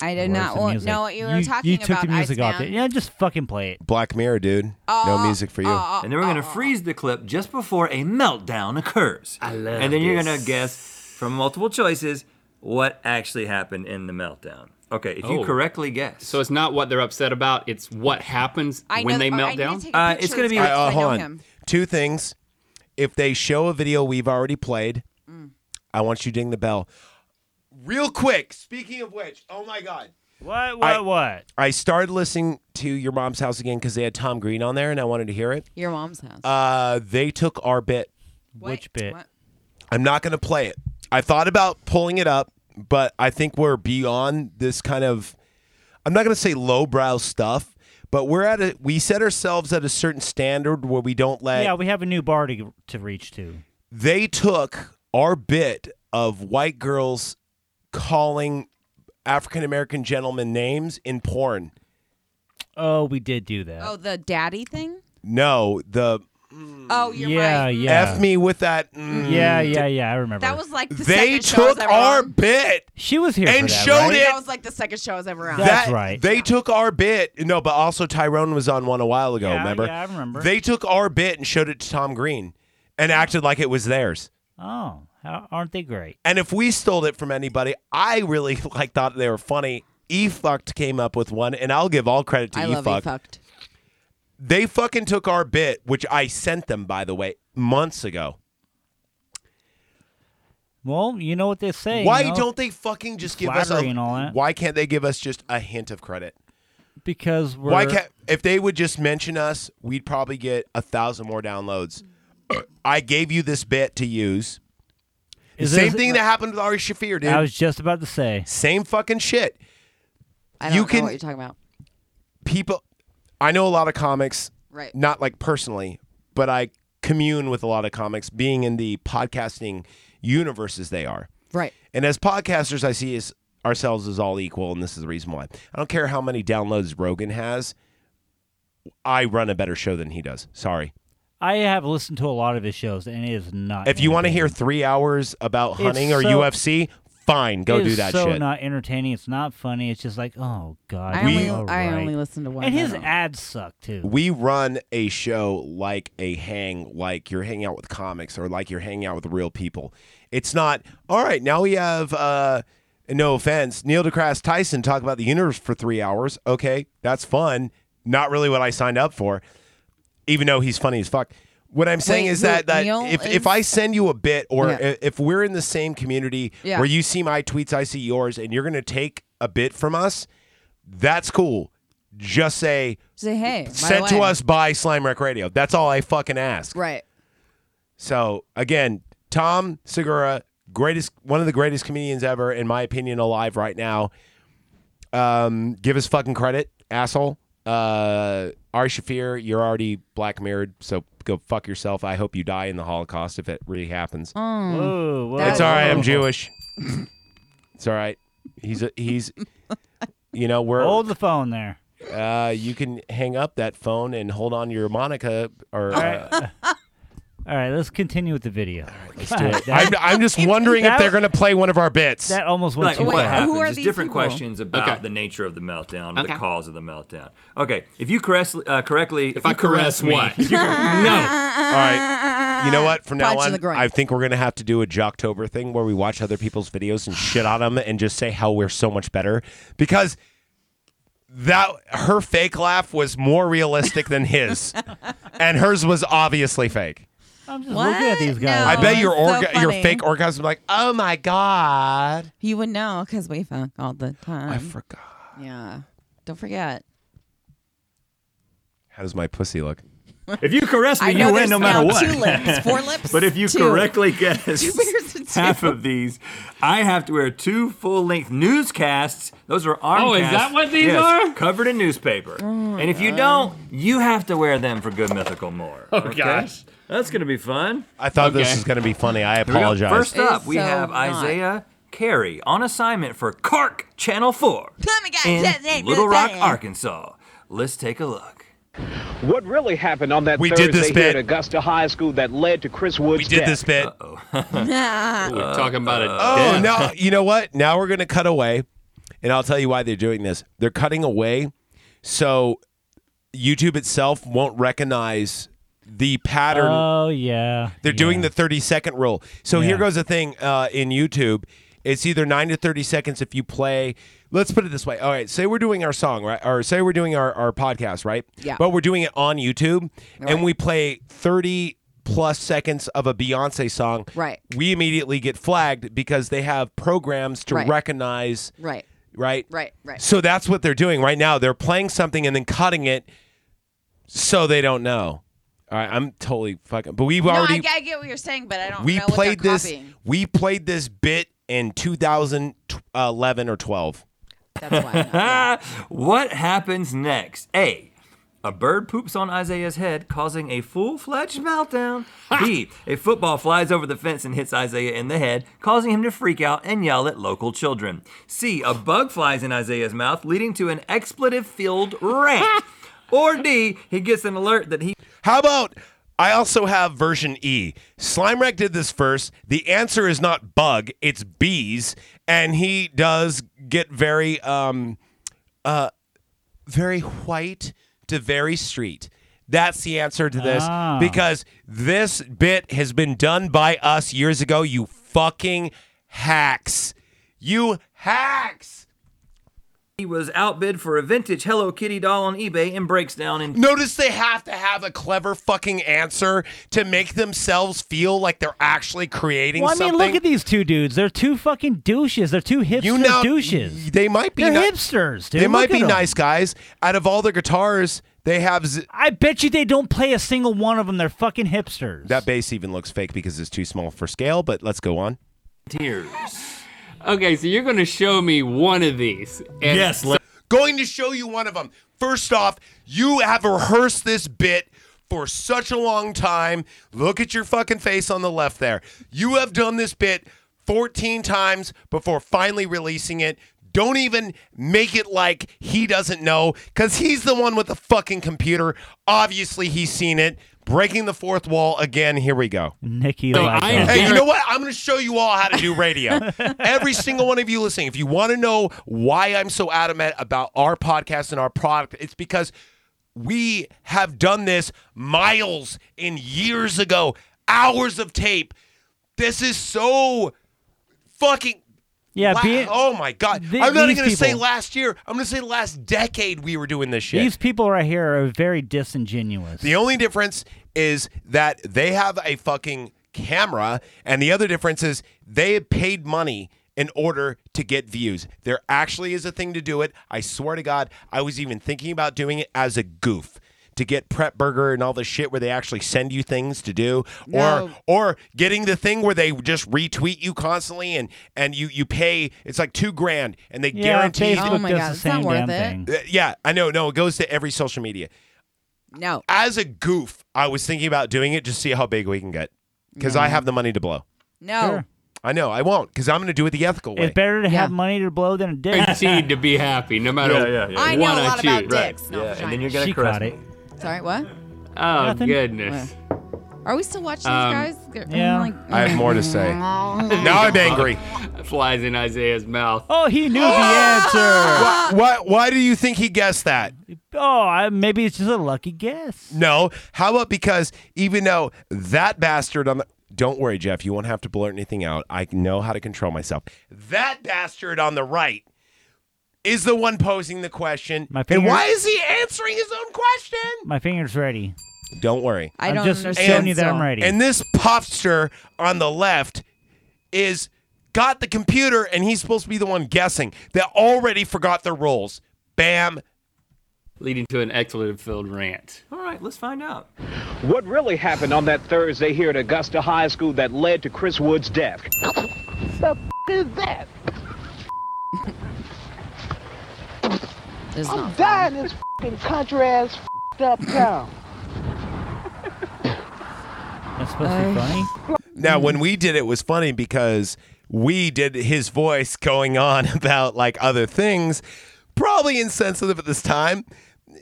I did Where's not the wa- music? know what you were talking You took about, the music off. Iceman. It. Yeah, just fucking play it. Black Mirror, dude. no music for you. Oh. and then we're going to freeze the clip just before a meltdown occurs. I love And then you're this. going to guess from multiple choices what actually happened in the meltdown. Okay, if Oh. you correctly guess. So it's not what they're upset about, it's what happens I when know- they oh, I melt need to down. take a Uh, picture it's gonna of be- this guy All right, uh, so I hold know on. him. Two things. If they show a video we've already played, I want you to ding the bell. Real quick. Speaking of which, oh my god. What? What? I- what? I started listening to Your Mom's House again because they had Tom Green on there, and I wanted to hear it. Your mom's house. Uh, they took our bit. Which bit? I'm not going to play it. I thought about pulling it up, but I think we're beyond this kind of. I'm not going to say lowbrow stuff, but we're at a. We set ourselves at a certain standard where we don't let. yeah, we have a new bar to to reach to. they took our bit of white girls calling African American gentlemen names in porn. Oh, we did do that. Oh, the daddy thing. No, the Oh, you're right. F me with that. mm. Yeah, yeah, yeah. I remember. That was like the They second show I was took ever our on. bit. She was here and showed it. That was like the second show I was ever on. that, They took our bit. No, but also Tyrone was on one a while ago. Yeah, remember? yeah, I remember. They took our bit and showed it to Tom Green, and acted like it was theirs. Oh, how- aren't they great? And if we stole it from anybody, I really (laughs) like thought they were funny. E fucked came up with one, and I'll give all credit to I E love fucked. E-Fucked. They fucking took our bit, which I sent them by the way months ago. Well, you know what they say. Why you know? don't they fucking just give us a, Flattery and all that. Why can't they give us just a hint of credit? Because we're Why can't if they would just mention us, we'd probably get a thousand more downloads. I gave you this bit to use. The Is same this- thing that happened with Ari Shafir, dude. I was just about to say. Same fucking shit. I don't you know can what you're talking about. people. I know a lot of comics, Right. Not like personally, but I commune with a lot of comics, being in the podcasting universe as they are. Right. And as podcasters, I see as ourselves as all equal, and this is the reason why. I don't care how many downloads Rogan has. I run a better show than he does. Sorry. I have listened to a lot of his shows, and it is not. If you want to entertaining. hear three hours about It's hunting or so- UFC, fine, go It do is that so shit. not entertaining. It's not funny. It's just like, oh god. I we- only, I alright. only listened to one. And his I don't know. ads suck too. Mm-hmm. we run a show like a hang, like you're hanging out with comics or like you're hanging out with real people. It's not all right. Now we have, uh, no offense, Neil deGrasse Tyson talk about the universe for three hours. Okay, that's fun. Not really what I signed up for, even though he's funny as fuck. What I'm saying Wait, is who- that, that Neil if, is- if I send you a bit or Yeah. i- if we're in the same community Yeah. where you see my tweets, I see yours, and you're going to take a bit from us, that's cool. Just say, Say hey. by the sent to way." us by Slime Wreck Radio. That's all I fucking ask. Right. So again, Tom Segura, greatest, one of the greatest comedians ever, in my opinion, alive right now. Um, give us fucking credit, asshole. Uh, Ari Shafir, you're already black mirrored, so go fuck yourself. I hope you die in the Holocaust if it really happens. Mm, Whoa, whoa. It's all right. I'm Jewish. it's all right. He's a, he's, you know, we're Hold the phone there. uh, you can hang up that phone and hold on to your Monica or. Uh, (laughs) All right, let's continue with the video. let's do (laughs) it. I'm, I'm just wondering if they're going to play one of our bits. That almost went Like too what far. happens? are It's these different people? questions about Okay. the nature of the meltdown, Okay. the cause of the meltdown. Okay, if you caress uh, correctly, if, I you caress me, what? (laughs) if you cor- no, All right. You know what? From now Punch in on, the groin. I think we're going to have to do a Jocktober thing where we watch other people's videos and shit on them and just say how we're so much better because that her fake laugh was more realistic than (laughs) his, and hers was obviously fake. I'm just What? looking at these guys. No. I bet your Oh, that's so orga- your funny. fake orgasm like, oh my god. You would know because we fuck all the time. I forgot. Yeah. Don't forget. How does my pussy look? if you caress me, I know you win there's no matter now what. Two lips, four lips. But if you two. (laughs) correctly guess Two fingers and two. half of these, I have to wear two full-length newscasts. Those are arm Oh, is casts. that what these Yes, are? Covered in newspaper. Oh and if you don't, you have to wear them for Good Mythical More. Oh, gosh. That's going to be fun. I thought this Okay. was going to be funny. I Here we go. apologize. First It's up, we so have not. Isaiah Carey on assignment for Kark Channel (laughs) 4 Let me guess. Yeah, yeah, in Little yeah, Rock, yeah. Arkansas. Let's take a look. What really happened on that We Thursday did this here at bit. Augusta High School that led to Chris Wood's we did death? this bit. (laughs) We're talking about a Oh, death. now you know what? Now we're gonna cut away, and I'll tell you why they're doing this. They're cutting away, so YouTube itself won't recognize the pattern. Oh yeah. they're doing yeah. the 30 second rule. So Yeah. here goes the thing uh, in YouTube. It's either nine to 30 seconds if you play. Let's put it this way. All right, say we're doing our song, right? Or say we're doing our, our podcast, right? Yeah. But we're doing it on YouTube Right. and we play 30 plus seconds of a Beyonce song. Right. We immediately get flagged because they have programs to Right. recognize, Right. right? Right. Right. So that's what they're doing right now. They're playing something and then cutting it so they don't know. All right, I'm totally fucking. But we've no, already I, get- I get what you're saying, but I don't. we know played what they're this Copying. we played this bit in 2011 or 12 That's why. I know. what happens next? A. A bird poops on Isaiah's head, causing a full fledged meltdown. B. A football flies over the fence and hits Isaiah in the head, causing him to freak out and yell at local children. C. A bug flies in Isaiah's (laughs) mouth, leading to an expletive filled rant. or D. He gets an alert that he How about I also have version E. Slimerek did this first. The answer is not bug, it's bees, and he does get very um uh very white to very street. That's the answer to this Ah. because this bit has been done by us years ago. You fucking hacks. You hacks. He was outbid for a vintage Hello Kitty doll on eBay and breaks down in Notice they have to have a clever fucking answer to make themselves feel like they're actually creating Well, I mean, something. look at these two dudes. They're two fucking douches. They're two hipster You know- douches. They might be They're ni- hipsters. Dude. They might Look at be 'em. nice guys. Out of all the guitars, they have. Z- I bet you they don't play a single one of them. They're fucking hipsters. that bass even looks fake because it's too small for scale. But let's go on. Tears. Okay, so you're gonna show me one of these. And Yes, let- going to show you one of them. First off, you have rehearsed this bit for such a long time. Look at your fucking face on the left there. You have done this bit 14 times before finally releasing it. Don't even make it like he doesn't know because he's the one with the fucking computer. Obviously, he's seen it. Breaking the fourth wall again. Here we go. Nikki, No, like I that. Hey, you know what? I'm going to show you all how to do (laughs) radio. Every single one of you listening, if you want to know why I'm so adamant about our podcast and our product, it's because we have done this miles and years ago, hours of tape. This is so fucking. Yeah, la- being- oh my god! the- I'm not even these going to say people- last year. I'm going to say last decade we were doing this shit. These people right here are very disingenuous. The only difference is that they have a fucking camera, and the other difference is they paid money in order to get views. There actually is a thing to do it. I swear to God, I was even thinking about doing it as a goof to get prep burger and all this shit where they actually send you things to do No. or or getting the thing where they just retweet you constantly and and you you pay it's like 2 grand and they Yeah, guarantee Facebook Oh my does God, the it's not same worth damn it. Uh, yeah, I know no it goes to every social media. No. As a goof, I was thinking about doing it just see how big we can get because I No. have the money to blow. No. Sure. I know I won't because I'm going to do it the ethical way. It's better to have money to blow than a dick. (laughs) guaranteed to be happy no (laughs) matter Yeah, yeah, yeah. what I know a I lot choose. about dicks, Right. not Yeah, and then vaginas. you're gonna she caress caught me. it. Sorry, what? Oh goodness. Are we still watching Um, these guys? Like, I have more to say. Now I'm angry. Flies in Isaiah's mouth. Oh, he knew the (laughs) answer. Why, why, why do you think he guessed that? Oh, I, maybe it's just a lucky guess. No. How about because even though that bastard on the don't worry, Jeff, you won't have to blurt anything out. I know how to control myself. That bastard on the right is the one posing the question. My and finger- why is he answering his own question? My finger's ready. Don't worry. I I'm don't just understand showing you that I'm so. ready. And this popster on the left is got the computer and he's supposed to be the one guessing. They already forgot their rules. Bam. Leading to an expletive filled rant. All right, let's find out. What really happened on that Thursday here at Augusta High School that led to Chris Wood's death? The f- is that? I'm dying in this f***ing country ass f***ed up town. That's supposed to Uh, be funny. Now, Mm-hmm. when we did it, it was funny because we did his voice going on (laughs) about like other things, probably insensitive at this time, uh,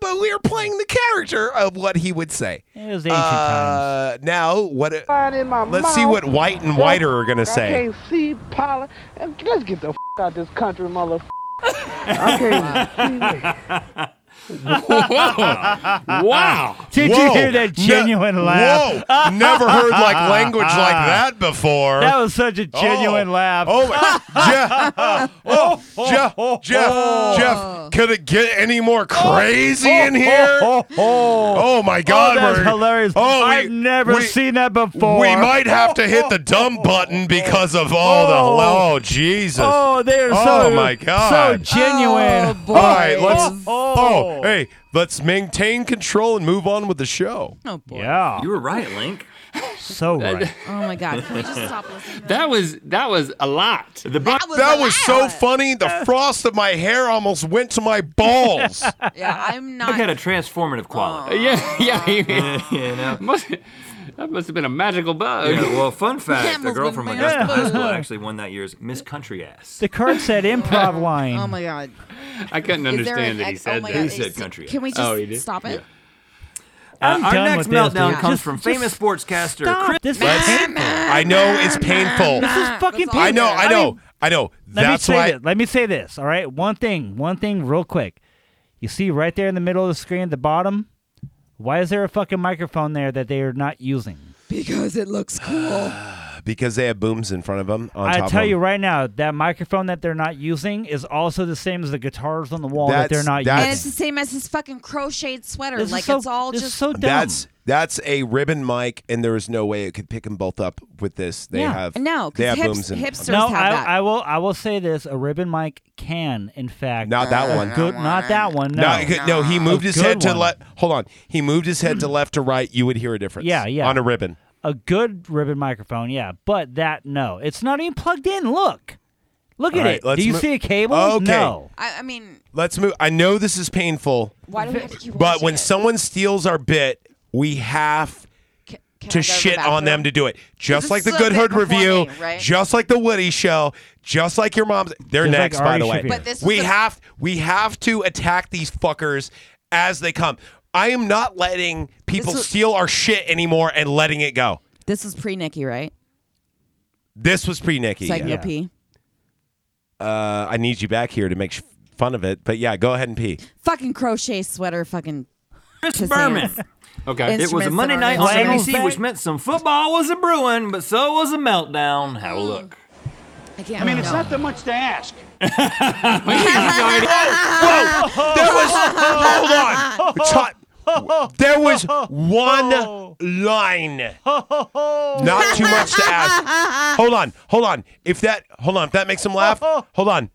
but we were playing the character of what he would say. It was ancient (laughs) uh, Now, what? Flying in my Let's see mouth. what White and (laughs) Whiter are gonna I say. can't see pollen. Let's get the f- out of this country, motherfucker. (laughs) I can't see it. wow. Did you Whoa. hear that Ne- genuine laugh? Whoa. Never heard like (laughs) language like that before. That was such a genuine Oh. laugh. Oh, my. Jeff. (laughs) Oh, Jeff. Jeff. Jeff. Could it get any more crazy in here? oh. Oh, my God. that's we're- hilarious. Oh, we- I've never we- seen that before. We might have to hit the dumb button because of all the. Oh. Oh, Jesus. Oh, they are Oh, so my so God. genuine. All right, let's. Oh, hey, let's maintain control and move on with the show. Oh, boy. Yeah. You were right, Link. So right. Oh my God! Can we just stop listening? That was that was a lot. (laughs) The That was that a was so funny. The frost of my hair almost went to my (laughs) balls. Yeah, I'm Look not. at a transformative quality. yeah, yeah. (laughs) you- you know. must, that must have been a magical bug. Yeah, well, fun fact: the Campbell's girl with from my Augusta High husband. School actually won that year's Miss Country Ass. The card (laughs) said improv line. Um, Oh my God! I couldn't Is there an understand that he ex- oh said my that. God, is- Can we just stop it? Uh, our done next with this, meltdown dude. comes Just- from just famous sportscaster stop. Chris. This is Let's- painful. I know it's painful. This is fucking painful. I know, I know, I, mean, know. Let That's me say why. This. Let me say this. All right, one thing, one thing, real quick. You see right there in the middle of the screen at the bottom. Why is there a fucking microphone there that they are not using? Because it looks cool. Because they have booms in front of them. On top I of tell you them. right now, that microphone that they're not using is also the same as the guitars on the wall that they're That's- not that's- and it's the same as his fucking crocheted sweater. This is like so- it's all this is just so dumb. That's that's a ribbon mic, and there is no way it could pick them both up with this. They Yeah. have No, 'cause they have hips- booms in. hipsters no, have I, that. I will. I will say this: a ribbon mic can, in fact, Not that Uh, a one. Good, not that one. No, No, he could- no, he moved A his good head to one. left. Hold on, he moved his (clears throat) head to left to right. You would hear a difference. Yeah, yeah. On a ribbon. A good ribbon microphone, yeah. But that, no, it's not even plugged in. Look, look All at right, it. let's Do you mo- Oh, see a cable? Okay. No. I, I mean, Let's move. I know this is painful, why do we have to keep? but watching when it? someone steals our bit, we have Can I to go the shit on bathroom? them to do it. Just This like the is a Good bit Hood before review, me, right? just like the Woody show, just like your mom's. They're Just like next, by Ari the way. Shaffir. But this is we the- have we have to attack these fuckers as they come. I am not letting people was- steal our shit anymore and letting it go. This is pre Nikki, right? This was pre Nikki. Psycho P. Uh, I need you back here to make sh- fun of it, but yeah, go ahead and pee. Fucking crochet sweater. Fucking. Chris piss Berman. ants. Okay. It was a Instruments Monday that night aren't on instruments. NBC, which meant some football was a brewing, but so was a meltdown. Have a look. I can't. I mean, it's no. not that much to ask. Whoa! There was hold (laughs) on. Ti- There was one (laughs) line. Not too much to ask. Hold on, hold on. If that hold on, if that makes him laugh, hold on.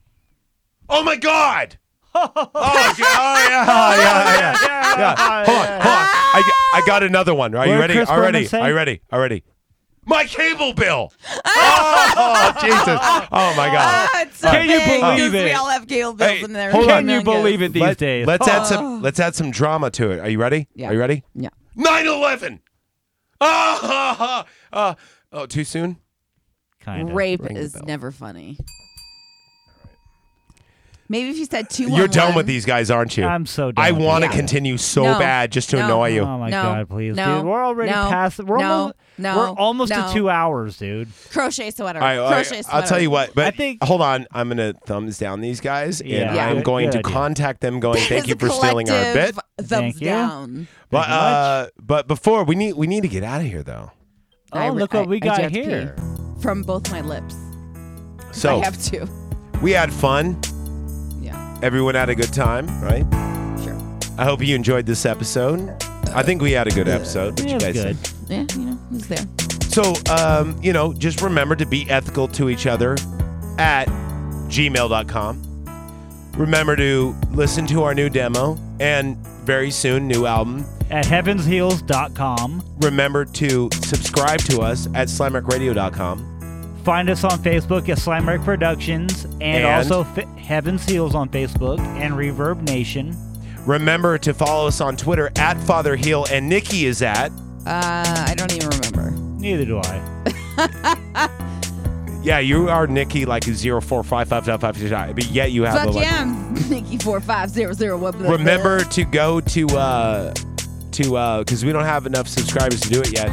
Oh my god! (laughs) Oh yeah, oh, yeah, oh, yeah, yeah, yeah. yeah. Hold on, hold on. I, g- I got another one. Are What you did ready? Chris Are you Berman ready? say? Are you ready? Are you ready? My cable bill. (laughs) Oh Jesus! Oh my god! Ah, it's so Can you big 'cause believe We it? all have Gale bills Hey, in there. hold on. Can you believe it these Let- days? Oh, Let's add (laughs) some. Let's add some drama to it. Are you ready? Yeah. Are you ready? Yeah. 9/11. Ah, ha, ha, ah. oh, too soon. Kind of. Rape Ring the is bell. never funny. Maybe if you said two. You're done with these guys, aren't you? I'm so done I with want to these guys. continue so No. bad just to No. annoy you. Oh my No, god, please, no, dude. We're already no, past. We're no, almost. no, we're almost no. to two hours, dude. crochet sweater. All right, all crochet right, sweater. I'll tell you what, but I think- hold on. I'm going to thumbs down these guys, Yeah. and Yeah. I'm Good- going good to idea. contact them, going, That "Thank is you a for stealing our bit." collective Thumbs Thank you. down. But Thank you much. uh, but before we need we need to get out of here though. Oh, I re- look what I- we I do got have to pee. here. From both my lips. So I have two. we had fun. Yeah. Everyone had a good time, right? Sure. I hope you enjoyed this episode. I think we had a good episode. What Yeah, you it guys was good. think? Yeah, you know, who's there? So, um, you know, just remember to be ethical to each other at gmail.com. Remember to listen to our new demo and very soon, new album. At heavensheels.com. Remember to subscribe to us at slamrockradio.com. Find us on Facebook at Slime Wreck Productions and, And- also F- Heaven Seals on Facebook and Reverb Nation. Remember to follow us on Twitter at Father Heel, and Nikki is at, Uh, I don't even remember. Neither do I. yeah, you are Nikki like 04555555, but yet you have Fuck the like, yeah, (laughs) I'm Nikki four five zero zero one. remember to go to uh to uh because we don't have enough subscribers to do it yet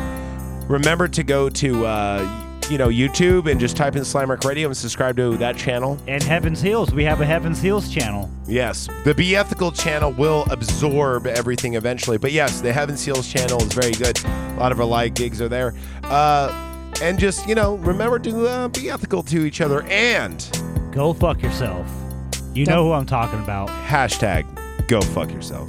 remember to go to uh you know youtube and just type in slamrock radio and subscribe to that channel And Heaven's Heels. We have a Heaven's Heels channel. yes the be ethical channel will absorb everything eventually but yes the heaven seals channel is very good a lot of our live gigs are there uh and just you know remember to uh, be ethical to each other and Go fuck yourself. You know who I'm talking about. hashtag go fuck yourself